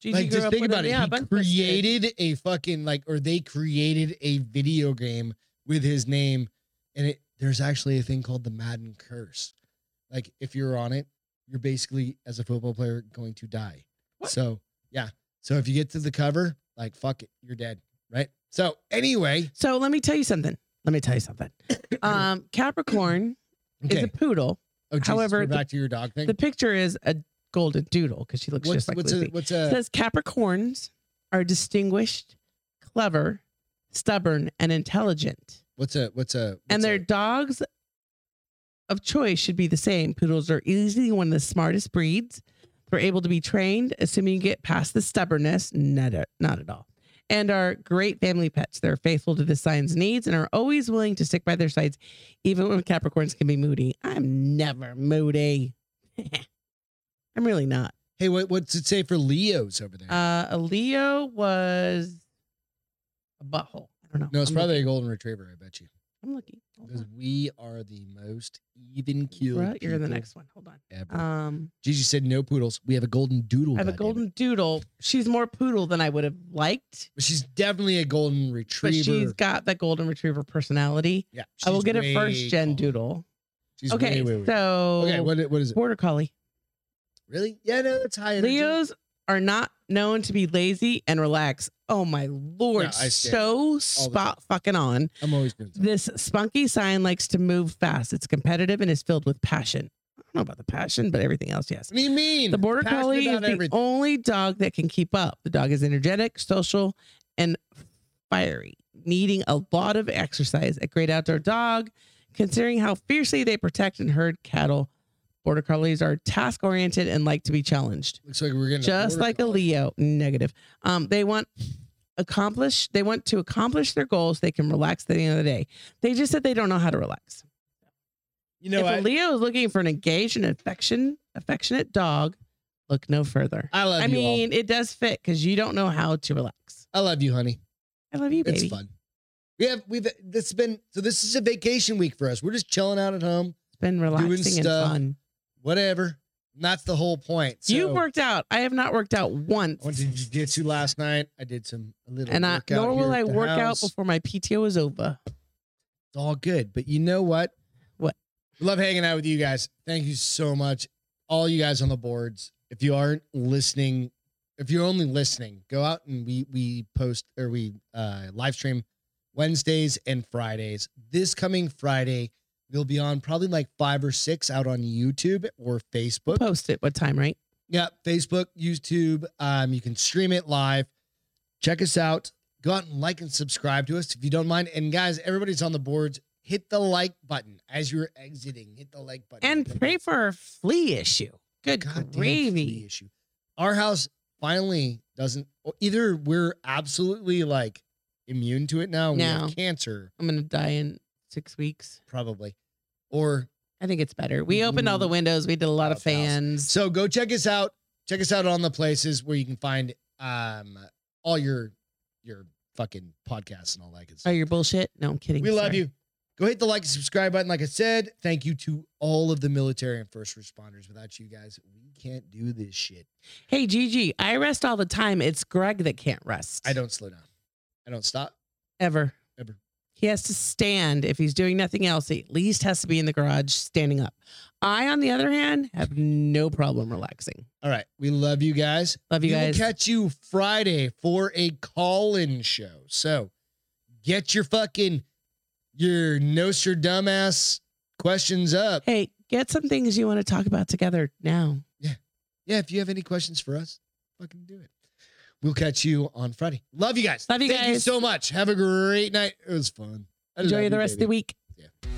Gigi
like
grew
just
up
think
with
about
him.
it.
Yeah,
he
Bunch of us did.
created a fucking like or they created a video game with his name and it there's actually a thing called the Madden curse. Like if you're on it, you're basically as a football player going to die.
What?
So, yeah. So if you get to the cover, like fuck it, you're dead, right? So, anyway,
So let me tell you something. Let me tell you something. Um, Capricorn is a
okay.
poodle.
Oh, Jesus,
however,
we're
the-
back to your dog thing.
The picture is a golden doodle because she looks
what's
just like
what's uh, a,
Lucy.
what's
It
a
says Capricorns are distinguished, clever, stubborn, and intelligent.
what's a what's a what's
and their
a-
dogs of choice should be the same. Poodles are easily one of the smartest breeds. They're able to be trained, assuming you get past the stubbornness. Not, a- not at all. And are great family pets. They're faithful to the sign's needs and are always willing to stick by their sides, even when Capricorns can be moody. I'm never moody. I'm really not.
Hey, what what's it say for Leos over there?
Uh, a Leo was a butthole. I don't know.
no, it's
I'm
probably a
looking.
golden retriever, I bet you.
I'm looking. Hold
Because
on.
we are the most even keeled.
Right, Mm-hmm. you're the next one. Hold on.
Ever.
Um,
Gigi said no poodles. We have a golden doodle.
I have a
goddamn it.
golden doodle. She's more poodle than I would have liked,
But she's definitely a golden
but
retriever.
she's got that golden retriever personality.
yeah,
I will
she's
get
way
a first gen
calm.
doodle.
She's
okay,
way, way, way-
so
okay, what, i- what is it?
border collie.
Really? Yeah, no, it's high energy.
Leos are not known to be lazy and relaxed. Oh my lord,
No, I stand
so
time.
spot fucking on.
I'm always doing something.
This spunky sign likes to move fast. It's competitive and is filled with passion. I don't know about the passion, but everything else, yes.
What do you mean?
The border
Passionate
collie is
about
the
everything.
only dog that can keep up. The dog is energetic, social, and fiery, needing a lot of exercise. A great outdoor dog, considering how fiercely they protect and herd cattle. Border collies are task oriented and like to be challenged,
Looks like we're getting
just
border
like a
collie.
Leo. Negative. Um, they want accomplish. They want to accomplish their goals. They can relax at the end of the day. They just said they don't know how to relax.
You know,
if a
I,
Leo is looking for an engaged and affection affectionate dog, Look no further.
I love
I
you all.
mean, it does fit because you don't know how to relax.
I love you, honey.
I love you, baby.
It's fun. We have we've it's been so this is a vacation week for us. We're just chilling out at home,
It's been relaxing and
stuff.
fun.
whatever. And that's the whole point. So,
you worked out. I have not worked out once.
I went to jiu-jitsu last night. I did some a little
and I,
workout
nor
here
will
at
I
the
work
house.
out before my PTO is over.
It's all good. But you know what?
What?
We love hanging out with you guys. Thank you so much. All you guys on the boards. If you aren't listening, if you're only listening, go out and we we post or we uh live stream Wednesdays and Fridays. This coming Friday, we'll be on probably like five or six out on YouTube or Facebook.
Post it. What time, right?
Yeah, Facebook, YouTube. Um, you can stream it live. Check us out. Go out and like and subscribe to us if you don't mind. And guys, everybody's on the boards. Hit the like button as you're exiting. Hit the like button.
And pray for our flea issue. Good
Goddamn flea
gravy.
issue. Our house finally doesn't. Either we're absolutely like immune to it now. We
No.
have cancer
I'm gonna die in six weeks.
probably, or
I think it's better. We opened
Mm.
all the windows. We did a lot of
Oh, pals.
fans.
So go check us out. Check us out on the places where you can find um all your your fucking podcasts and all that good
Oh,
stuff.
your bullshit? No, I'm kidding.
We love
Sorry.
you. Go hit the like and subscribe button. Like I said, thank you to all of the military and first responders. Without you guys, we can't do this shit.
Hey, Gigi, I rest all the time. It's Greg that can't rest.
I don't slow down. I don't stop.
ever.
Ever.
He has to stand. If he's doing nothing else, he at least has to be in the garage standing up. I, on the other hand, have no problem relaxing.
All right. We love you guys.
Love you
we
guys.
will catch you Friday for a call-in show. So get your fucking your Nostradamus questions up.
hey, get some things you want to talk about together now.
yeah, if you have any questions for us, fucking do it. We'll catch you on Friday. Love you guys.
Love you
Thank you
guys.
so much. Have a great night. It was fun. I love
Enjoy the
you,
rest of
baby.
the week.